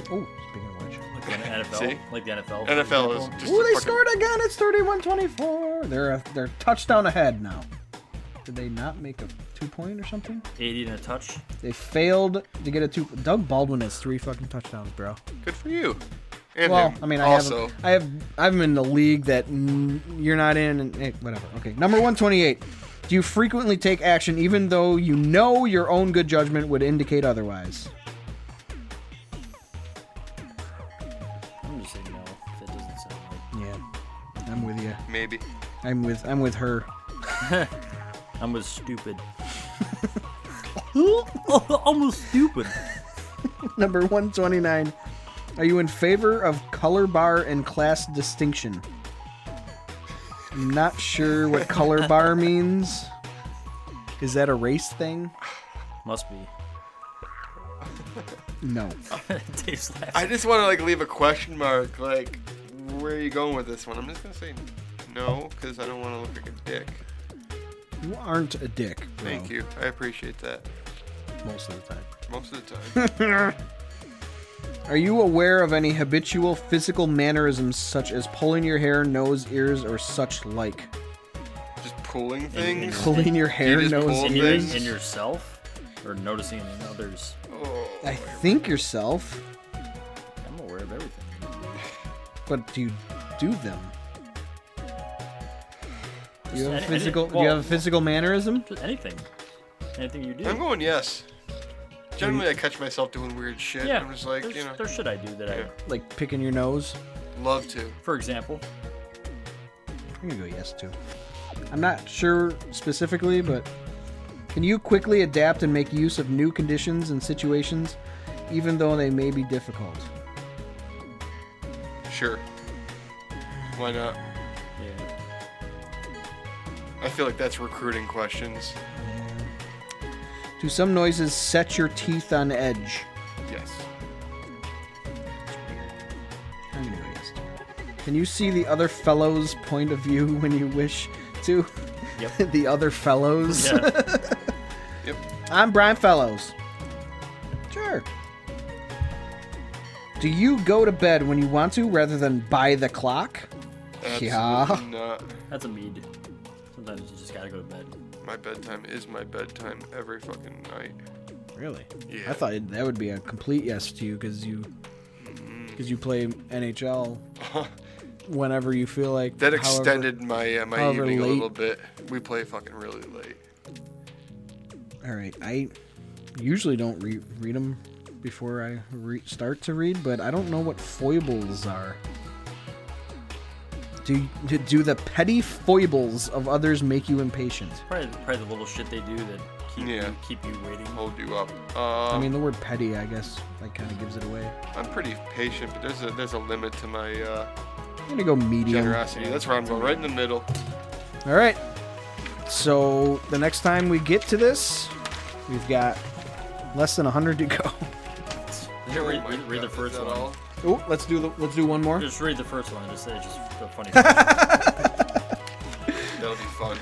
Oh, speaking of which.
Like the NFL.
See?
Like the NFL. for
NFL is
example.
just
Ooh,
a
they
fucking-
scored again. It's 31-24. They're a, they're touchdown ahead now. Did they not make a two point or something?
80 and a touch.
They failed to get a two. Doug Baldwin has three fucking touchdowns, bro.
Good for you. And
well,
him
I mean, I
also.
have I have I'm in the league that n- you're not in, and eh, whatever. Okay, number one twenty eight. Do you frequently take action even though you know your own good judgment would indicate otherwise?
I'm just saying no. If it doesn't sound right.
Yeah, I'm with you.
Maybe.
I'm with I'm with her.
[LAUGHS] I'm was [LAUGHS] stupid. [LAUGHS] I'm was stupid.
Number 129. Are you in favor of color bar and class distinction? I'm not sure what color bar means. Is that a race thing?
Must be. [LAUGHS]
No.
Dave's laughing.
I just want to like leave a question mark. Like, where are you going with this one? I'm just gonna say no because I don't want to look like a dick.
You aren't a dick. bro,
Thank you. I appreciate that
Most of the time.
most of the
[LAUGHS]
time.
Are you aware of any habitual physical mannerisms such as pulling your hair, nose, ears, or such
[LAUGHS]
like?
just pulling things.
Pulling your hair,
just
nose,
pull
in, your,
ears.
things?
in yourself or noticing it in others.
Oh.
I think yourself,
I'm aware of everything.
but do you do them? Do you have
I- I
a
didn't-
physical? do you
well-
have a physical mannerism?
Just anything. Anything you do.
I'm going yes. Generally, I catch myself doing weird shit.
yeah.
I'm just like,
there's,
you know,
there's shit I do that
Yeah.
Like picking your nose?
love to.
I,
[LAUGHS]
for example,
I'm gonna go yes too. I'm not sure specifically, but can you quickly adapt and make use of new conditions and situations, even though they may be difficult?
Sure. Why not?
yeah.
I feel like that's recruiting questions.
Do some noises set your teeth on edge?
Yes.
I'm gonna go yes. too. Can you see the other fellow's point of view [LAUGHS] when you wish to?
Yep.
[LAUGHS] the other fellows.
yeah.
Yep.
I'm Brian Fellows. Sure. Do you go to bed when you want to rather than by the clock?
Absolutely
Yeah.
not.
That's a mead. Sometimes you just gotta go to bed.
My bedtime is my bedtime every fucking night.
Really?
Yeah.
I thought that would be a complete yes to you because you because you play NHL whenever you feel like.
Uh-huh. That
however-
extended my uh, my
however
evening a
late-
little bit. We play fucking really late.
All right, I usually don't re- read them before I re- start to read, but I don't know what foibles are. Do do- do the petty foibles of others make you impatient?
Probably, probably the little shit they do that keep
Yeah.
you, keep you waiting.
Hold you up. Um,
I
I
mean, the word petty, I guess, like kind of gives it away.
am pretty patient, but there's a there's a limit to my uh,
I'm gonna go medium.
generosity. That's where I'm going, right in the middle.
All right. So the next time we get to this, we've got less than 100 to go. [LAUGHS]
Just read,
my
read, read
God,
the
is
first
that
one.
all?
Oh, let's do the let's do one more.
Just read the first one. Just say it's just a
[LAUGHS]
funny. question.
That'll be fun.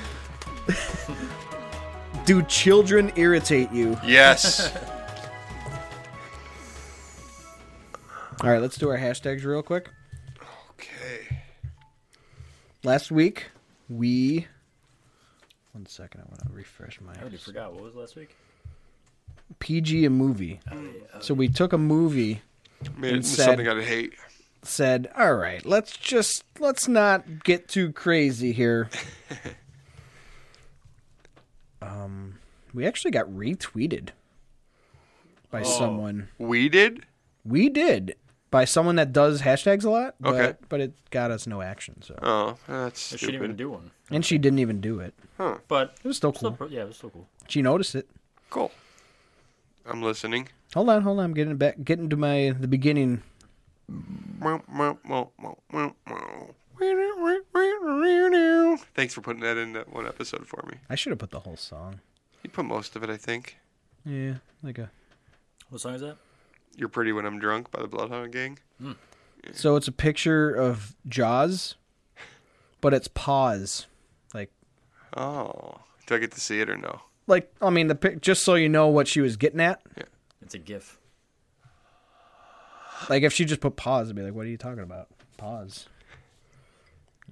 Do children irritate you?
[LAUGHS]
Yes.
All right, let's do our hashtags real quick.
okay.
Last week, we. One second, I want to refresh my.
I already forgot. What was last week?
PG a movie.
Oh,
So we took a movie,
Made it into
Instead-
something I'd hate.
said, "All right, let's just let's not get too crazy here." um, Um, we actually got retweeted by someone.
We did.
We did by someone that does hashtags a lot, but,
Okay.
but it got us no action. So,
Oh, that's
I shouldn't even
stupid.
do one.
and she didn't even do it.
But
It was still cool.
pro- yeah, it was still cool.
She noticed it.
Cool. I'm listening.
Hold on, hold on. I'm getting back, getting to my the beginning.
Thanks for putting that in that one episode for me.
I should have put the whole song.
You put most of it, I think.
Yeah, like a.
What song is that?
You're Pretty When I'm Drunk by the Bloodhound Gang.
So it's a picture of Jaws, but it's paws, like
Oh. Do I get to see it or no?
like I mean the pic. Just so you know what she was getting at.
It's a GIF.
Like if she just put paws, I'd be like, "What are you talking about? Paws."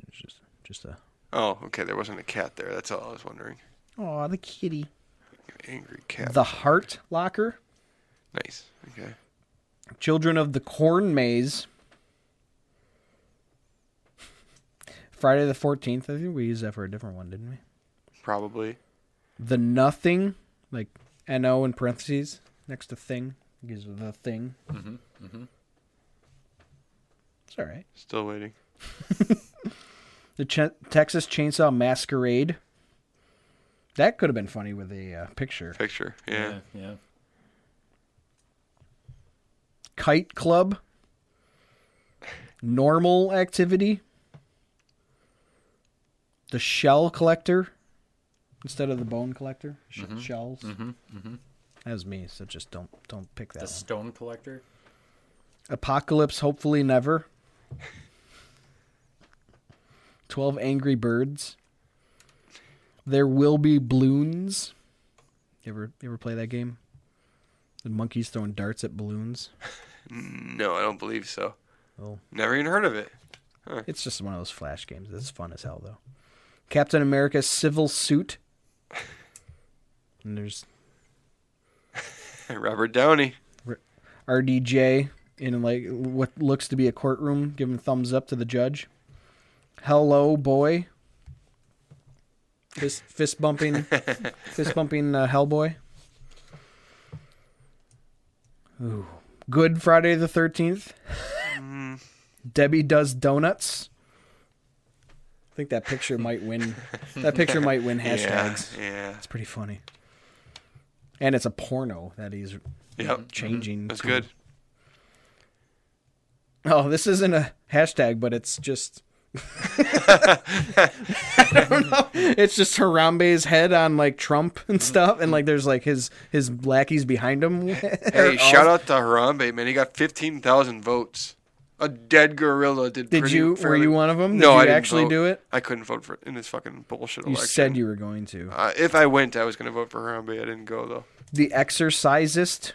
It's just just a.
Oh, okay. There wasn't a cat there. That's all I was wondering.
Oh, the kitty.
Angry cat.
The Heart Locker,
Nice. Okay.
Children of the Corn Maze. Friday the Fourteenth. I think we used that for a different one, didn't we?
Probably.
the nothing, like no in parentheses next to thing, gives the thing. Mm-hmm. Mm-hmm. It's all right.
Still waiting.
The Ch- Texas Chainsaw Masquerade. That could have been funny with a uh, picture.
Picture. Yeah.
yeah. yeah.
Kite Club. Normal activity. The shell collector instead of the bone collector. Sh- Shells. Mm-hmm. That was me, so just don't don't pick that.
The
one.
Stone Collector.
Apocalypse Hopefully Never. 12 Angry Birds. There Will Be Balloons. You ever you ever play that game? The monkeys throwing darts at balloons.
No, I don't believe so.
Oh.
Never even heard of it. [LAUGHS]
It's just one of those flash games. This is fun as hell though. Captain America Civil Suit. And there's
Robert Downey.
RDJ in like what looks to be a courtroom giving thumbs up to the judge. Hello, boy. Fist, fist
[LAUGHS]
bumping, fist bumping uh, Hellboy. Ooh. Good Friday the Thirteenth.
Mm.
Debbie does donuts. I think that picture might win. That picture might win hashtags.
[LAUGHS] Yeah. Yeah.
It's pretty funny, and it's a porno that he's
Yep.
changing.
Mm-hmm. That's
to-
good.
Oh, this isn't a hashtag, but it's just. [LAUGHS] I don't know. It's just Harambe's head on like Trump and
Mm-hmm.
stuff, and like there's like his his lackeys behind him. [LAUGHS]
Hey, shout out to Harambe, man. He got 15,000 votes. A dead gorilla did
Did
pretty
you- were
fairly-
you one of 'em? Did
no,
you
I didn't
actually
vote.
do it?
I couldn't vote for in this fucking bullshit
You
election.
said you were going to
Uh, if I went, I was going to vote for Harambe. I didn't go, though.
the exercisist.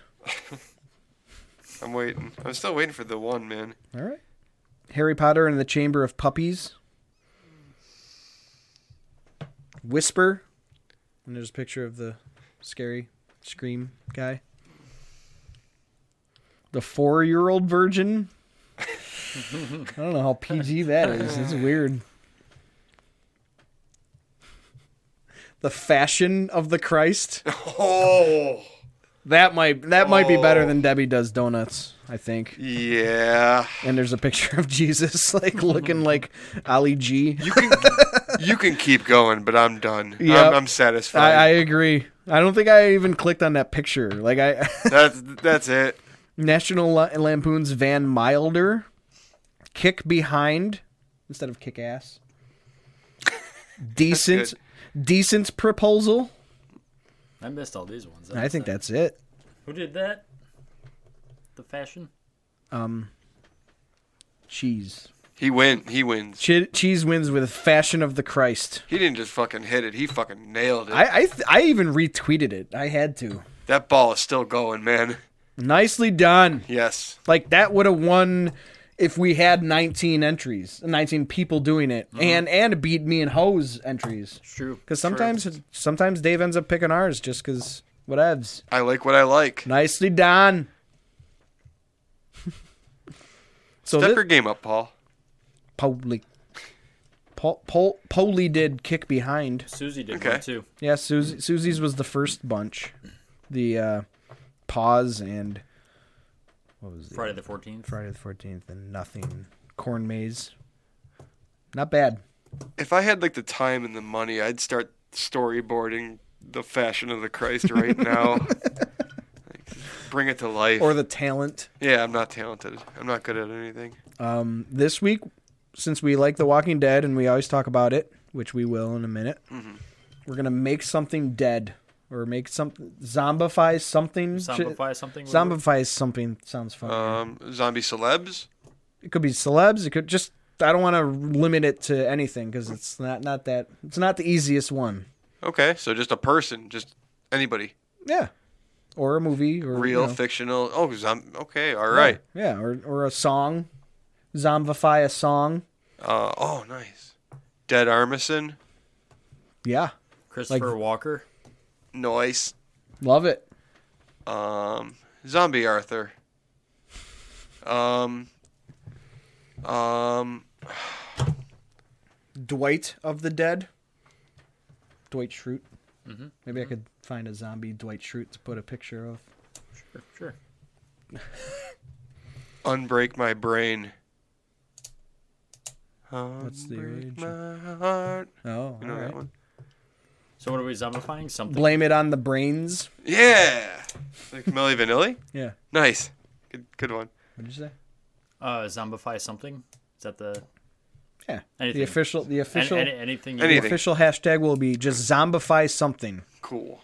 I'm waiting. I'm still waiting for the one, man.
All right, Harry Potter and the Chamber of Puppies. Whisper, and there's a picture of the scary scream guy. The four-year-old virgin. I don't know how PG that is. It's weird. The fashion of the Christ.
Oh,
That might that might be better than Debbie does donuts. I think.
yeah.
And there's a picture of [LAUGHS] Jesus like looking like Ali G.
You can you can keep going, but I'm done.
Yep.
I'm, I'm satisfied.
I, I agree. I don't think I even clicked on that picture. Like I, [LAUGHS]
that's that's it.
National La- Lampoon's Van Milder, kick behind instead of kick ass. Decent, decent proposal.
I missed all these ones.
I think
that.
that's it.
Who did that? The fashion?
Cheese.
He win. He wins.
Che- cheese wins with Fashion of the Christ.
He didn't just fucking hit it. He fucking nailed it.
I I, th- I even retweeted it. I had to.
that ball is still going, man.
Nicely done.
Yes.
Like that would have won if we had 19 entries, 19 people doing it, and and beat me and Ho's entries.
True.
Because sometimes sometimes Dave ends up picking ours just because whatevs.
I like what I like.
Nicely done. [LAUGHS] so
Step
this,
your game up, Paul.
Poli, Pol, Pol, Poli did kick behind.
Susie did
Okay.
one too.
Yeah, Susie, Susie's was the first bunch. The uh, pause and
Friday the 14th.
Friday the Fourteenth and nothing. Corn maze. Not bad.
If I had like the time and the money, I'd start storyboarding the fashion of the Christ right
[LAUGHS]
now. Like, bring it to life.
Or the talent.
yeah, I'm not talented. I'm not good at anything.
This week, since we like The Walking Dead and we always talk about it, which we will in a minute,
Mm-hmm.
we're gonna make something dead or make something zombify something. Shit-
Zombify something.
Zombify is something sounds fun.
Um, zombie celebs.
it could be celebs. It could just. I don't want to limit it to anything because it's not not that. It's not the easiest one.
Okay, so just a person, just anybody,
Yeah. Or a movie or you
real,
know.
fictional. Oh, zom- okay, all right.
Yeah, or or a song. Zombify a song.
Uh, oh, nice. Dead Armisen.
Yeah.
Christopher
like-
Walker.
Nice.
Love it.
Um, zombie Arthur. Um, um,
Dwight of the Dead. Dwight Schrute. Maybe I could find a zombie Dwight Schrute to put a picture of.
Sure, sure.
Unbreak My Brain.
What's the
Unbreak
original?
My heart.
Oh,
You know
all
that
right.
one?
So what are we zombifying? Something.
Blame it on the brains.
Yeah! Like Milli Vanilli?
Yeah.
Nice. Good, good one.
What did you say?
Uh, zombify something. Is that the
Yeah.
Anything.
The official the
an-
official
an- anything? you-
the
Anything.
official hashtag will be just zombify something
Cool.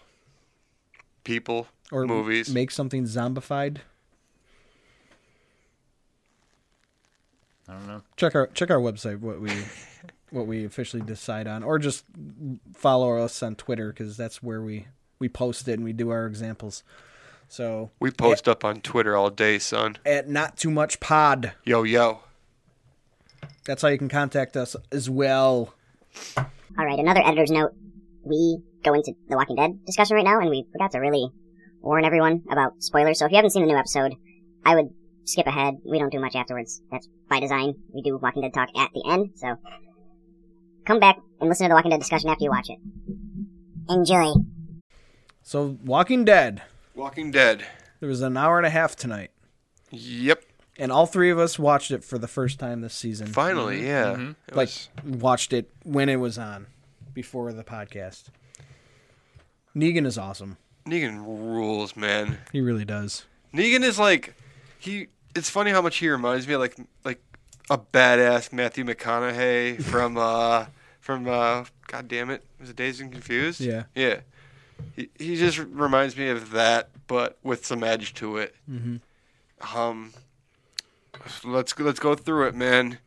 People.
or
movies.
make something zombified.
I don't know.
check our check our website what we what we officially decide on or just follow us on twitter because that's where we we post it and we do our examples so
we post up on Twitter all day, son.
at not too much pod
Yo, yo.
that's how you can contact us as well
All right, another editor's note. We go into the Walking Dead discussion right now, and we forgot to really warn everyone about spoilers. So if you haven't seen the new episode, I would skip ahead. We don't do much afterwards. That's by design. We do Walking Dead talk at the end, so come back and listen to the Walking Dead discussion after you watch it. Enjoy.
so walking dead
Walking Dead.
there was an hour and a half tonight
Yep.
and all three of us watched it for the first time this season
Finally, yeah. It
Mm-hmm. like
was-
watched it when it was on before the podcast negan is awesome
Negan rules, man.
he really does
Negan is like he. It's funny how much he reminds me of like like a badass
[LAUGHS]
Matthew McConaughey from uh from uh God damn it was it Dazed and Confused?
Yeah.
yeah. He he just reminds me of that, but with some edge to it. Mm-hmm. Um, let's go- let's go through it, man.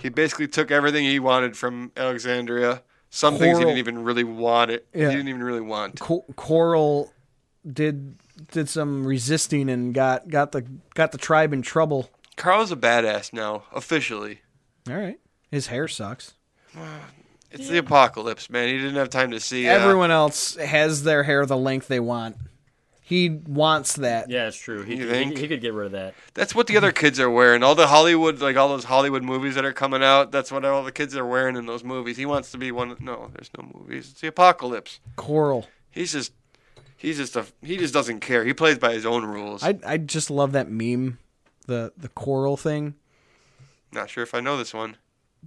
He basically took everything he wanted from Alexandria. Some things
Coral-
he didn't even really want it.
Yeah.
He didn't even really want.
Co- Coral did did some resisting and got got the got the tribe in trouble.
Carl's a badass now, officially.
All right, his hair sucks.
It's the apocalypse, man. He didn't have time to see uh,
Everyone else has their hair the length they want. He wants that.
Yeah, it's true. He,
You
could-
think?
he, he could get rid of that.
That's what the other kids are wearing. All the Hollywood, like all those Hollywood movies that are coming out. That's what all the kids are wearing in those movies. He wants to be one. No, there's no movies. It's the apocalypse.
Coral,
He's just, he's just a, he just doesn't care. He plays by his own rules.
I I just love that meme, the the coral thing,
Not sure if I know this one.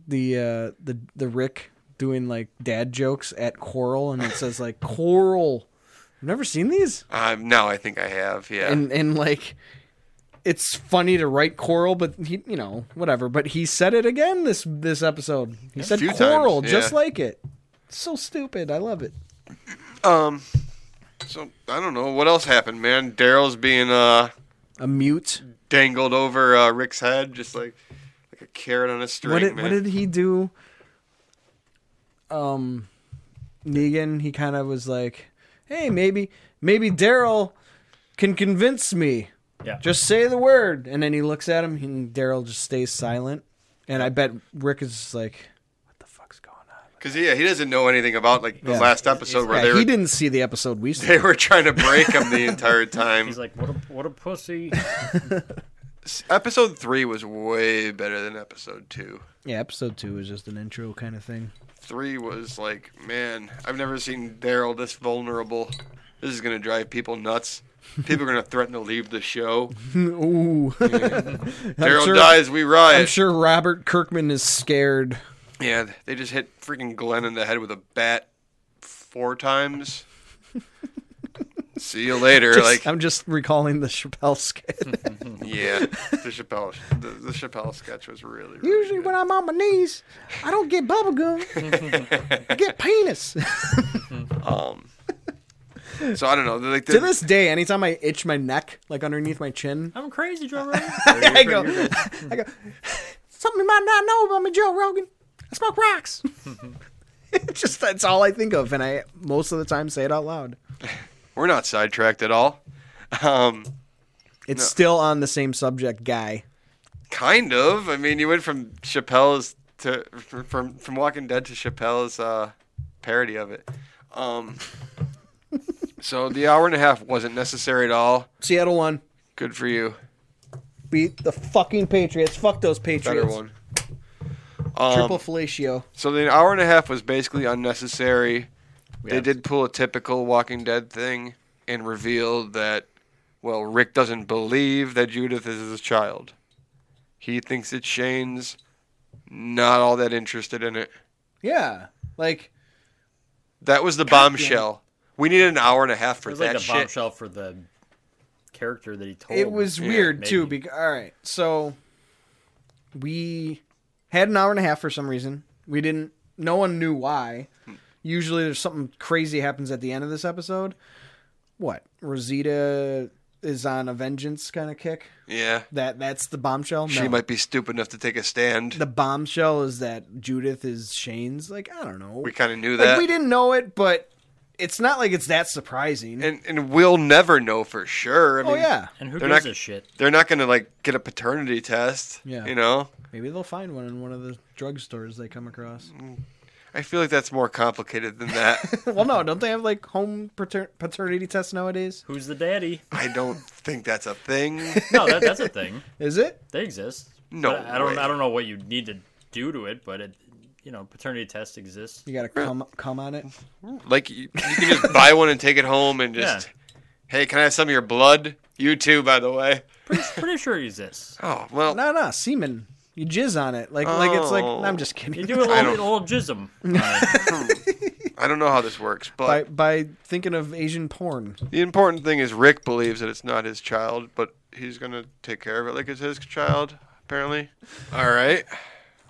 the uh, the the Rick doing like dad jokes at Coral, and it says like Coral. I've never seen these.
Um, now I think I have. Yeah.
and and like it's funny to write coral but he you know whatever but he said it again this this episode he said
few
coral
times,
just
yeah.
like it so stupid i love it
um, so I don't know what else happened, man. Daryl's being uh
a mute
dangled over uh, Rick's head, just like like a carrot on a string,
what did
man.
what did he do? Um, Negan. He kind of was like, "Hey, maybe maybe Daryl can convince me.
Yeah.
Just say the word." And then he looks at him, and Daryl just stays silent. And I bet Rick is just like, "What the fuck's going on?"
Because yeah, he doesn't know anything about like the
Yeah.
last episode where
Yeah,
they
he
were
didn't see the episode we saw.
they were trying to break
[LAUGHS]
him the entire time.
He's like, what a what a
[LAUGHS]
pussy.
S- episode three was way better than episode two.
Yeah, episode two is just an intro kind of thing.
Three was like, man, I've never seen Daryl this vulnerable. This is gonna drive people nuts. People are gonna threaten to leave
[LAUGHS]
the show.
Ooh, [LAUGHS]
Daryl
sure-
dies, we riot.
I'm sure Robert Kirkman is scared.
Yeah, they just hit freaking Glenn in the head with a bat
[LAUGHS]
four times. See you later.
Just- [LAUGHS]
like,
I'm just recalling the Chappelle skit.
yeah, the Chappelle, the, the Chappelle sketch was really, really
Usually,
good.
when I'm on my knees, I don't get bubble
[LAUGHS]
gum. I get penis.
Um, So I don't know. Like,
[LAUGHS] to this day, anytime I itch my neck, like underneath my chin,
I'm crazy, Joe
[LAUGHS]
Rogan.
[LAUGHS] I go, I go. Something you might not know about me, Joe Rogan. I smoke
[LAUGHS]
rocks. [LAUGHS] It's just that's all I think of, and I most of the time say it out loud.
we're not sidetracked at all. Um,
It's still on the same subject, guy.
kind of. I mean, you went from Chappelle's to from from Walking Dead to Chappelle's uh, parody of it. [LAUGHS] Um, so the hour and a half wasn't necessary at all.
Seattle won.
Good for you.
Beat the fucking Patriots. Fuck those Patriots.
Better one. Um,
Triple fellatio.
So the hour and a half was basically unnecessary. They did pull a typical Walking Dead thing and reveal that, well, Rick doesn't believe that Judith is his child. He thinks it's Shane's. Not all that interested in it.
Yeah, like
That was the bombshell. We needed an hour and a half
It
for
was
that
like a
shit.
bombshell for the character that he told.
it was
Yeah,
weird too.
maybe.
Because all right, so we had an hour and a half for some reason. We didn't. No one knew why. Usually, there's something crazy happens at the end of this episode. What Rosita is on a vengeance kind of kick.
Yeah.
That that's the bombshell.
She
No.
might be stupid enough to take a stand.
The bombshell is that Judith is Shane's. Like I don't know.
we kind of knew
like
that.
we didn't know it, but it's not like it's that surprising.
and, and we'll never know for sure. I
oh
mean,
yeah,
And who
They're
gives
not-
a shit?
They're not going to, like, get a paternity test.
Yeah.
You know?
maybe they'll find one in one of the drugstores they come across.
I feel like that's more complicated than that.
[LAUGHS] Well, no, don't they have like home pater- paternity tests nowadays?
Who's the daddy?
I don't think that's a thing.
No, that, that's a thing.
Is it?
They exist.
No
But I, I don't.
way.
I don't know what you need to do to it, but it, you know, paternity test exists.
You gotta come come on it.
Like you, you can just buy one and take it home and just, hey, can I have some of your blood? You too, by the way.
Pretty, pretty sure it exists.
Oh well,
No, no, semen. You jizz on it, like like it's like.
Oh.
I'm just
You
kidding. [LAUGHS]
do a
[LAUGHS] I
little,
don't-
little jism. on it.
I don't know how this works,
By
but
by thinking of Asian porn.
the important thing is Rick believes that it's not his child, but he's gonna take care of it like it's his child. Apparently. All right.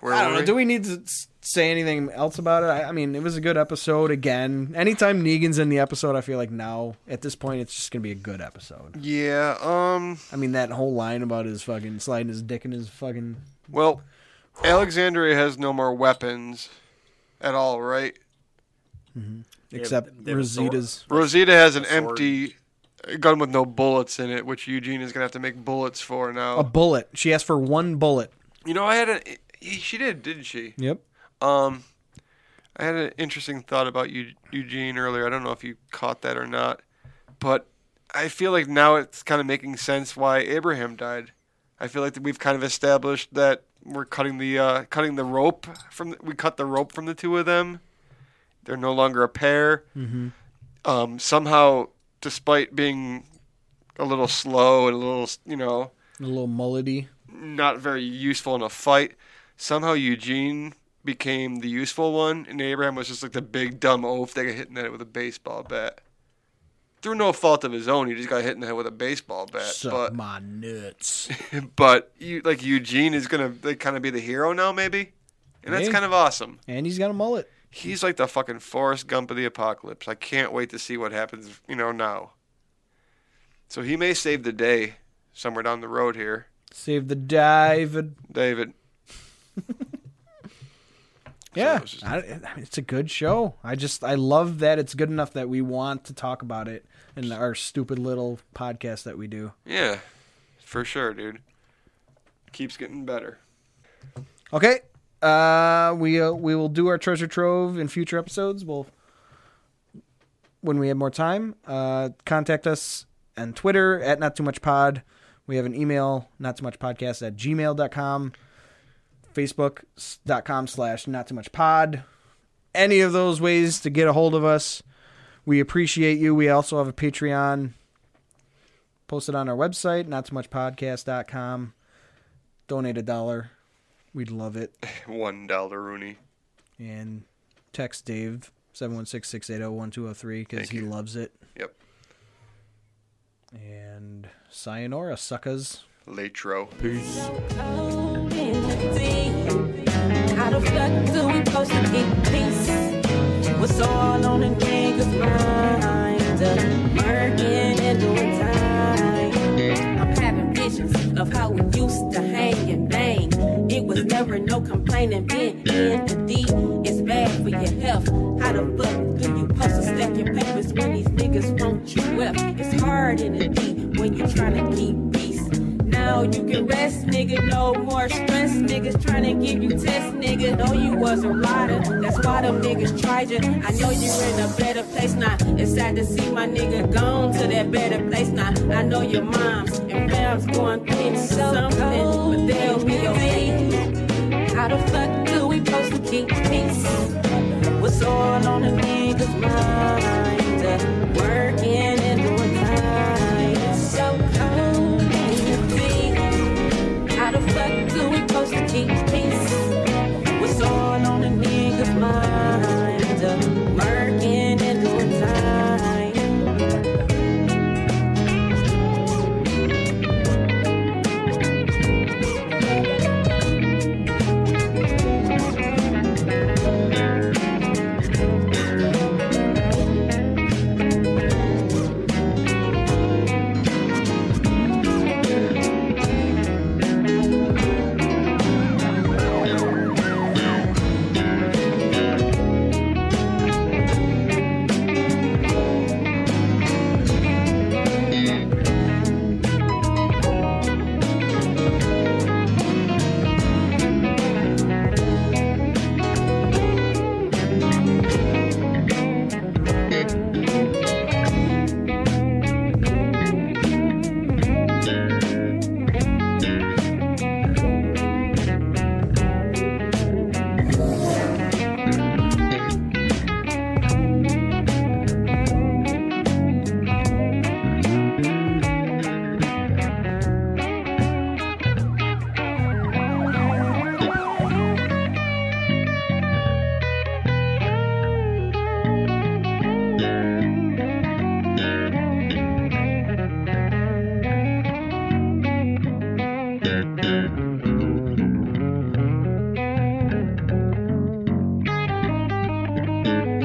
Where
I
were
don't know.
we?
Do we need to s- say anything else about it? I, I mean, it was a good episode. Again, anytime Negan's in the episode, I feel like now at this point it's just gonna be a good episode.
Yeah. Um.
I mean, that whole line about his fucking sliding his dick in his fucking.
Well, Alexandria has no more weapons at all, right?
Except
they have a sword.
Rosita's.
Rosita has an
sword.
empty gun with no bullets in it, which Eugene is gonna have to make bullets for now.
A bullet. She asked for one bullet.
You know, I had a. She did, didn't she?
Yep.
Um, I had an interesting thought about Eu- Eugene earlier. I don't know if you caught that or not, but I feel like now it's kind of making sense why Abraham died. I feel like that we've kind of established that we're cutting the uh, cutting the rope from the, we cut the rope from the two of them. They're no longer a pair. Um, somehow, despite being a little slow and a little, you know,
A little mullety.
not very useful in a fight. Somehow Eugene became the useful one, and Abraham was just like the big dumb oaf that got hit in the head with a baseball bat. Through no fault of his own, he just got hit in the head with a baseball bat.
Suck
but
my nuts.
but you like Eugene is gonna like kind of be the hero now, maybe, and that's
Maybe.
kind of awesome.
[LAUGHS] and he's got a mullet.
He's like the fucking Forrest Gump of the apocalypse. I can't wait to see what happens, you know, now. So he may save the day somewhere down the road here,
Save the David.
David.
yeah, I, I mean, it's a good show. I just I love that it's good enough that we want to talk about it in our stupid little podcast that we do.
Yeah, for sure, dude. Keeps getting better.
Okay, uh, we uh, we will do our treasure trove in future episodes. We'll when we have more time. Uh, contact us on Twitter at Not Too Much Pod. We have an email, not too much podcast at gmail.com, facebook.com slash not too much pod. Any of those ways to get a hold of us. We appreciate you. We also have a Patreon posted on our website, not too much podcast.com. Donate a dollar. We'd love it.
One dollar Rooney.
And text Dave 716-680-1203 because
Thank
he
you.
loves it.
Yep.
And sayonara, suckas.
Latro.
Peace.
How the fuck do we supposed to get peace? What's all on a nigga's mind? Uh, Working and doing time. I'm having visions of how we used to hang and bang. It was never no complaining. Being in the deep is bad for your health. How the fuck do you post to stack your papers when these niggas want you up? It's hard in the deep when you're trying to keep peace. Now you can rest, nigga. No more stress, niggas trying to give you tests, nigga. Know you was a rider, that's why them niggas tried you. I know you're in a better place now. It's sad to see my nigga gone to that better place now. I know your moms and fams going through something, but they'll be okay. How the fuck do we supposed to keep peace? What's all on a nigga's mind? Uh, Working and doing time. It's so cold in the deep. How the fuck do we supposed to keep peace? What's all on a nigga's mind? Uh, Working and doing time.
Thank you.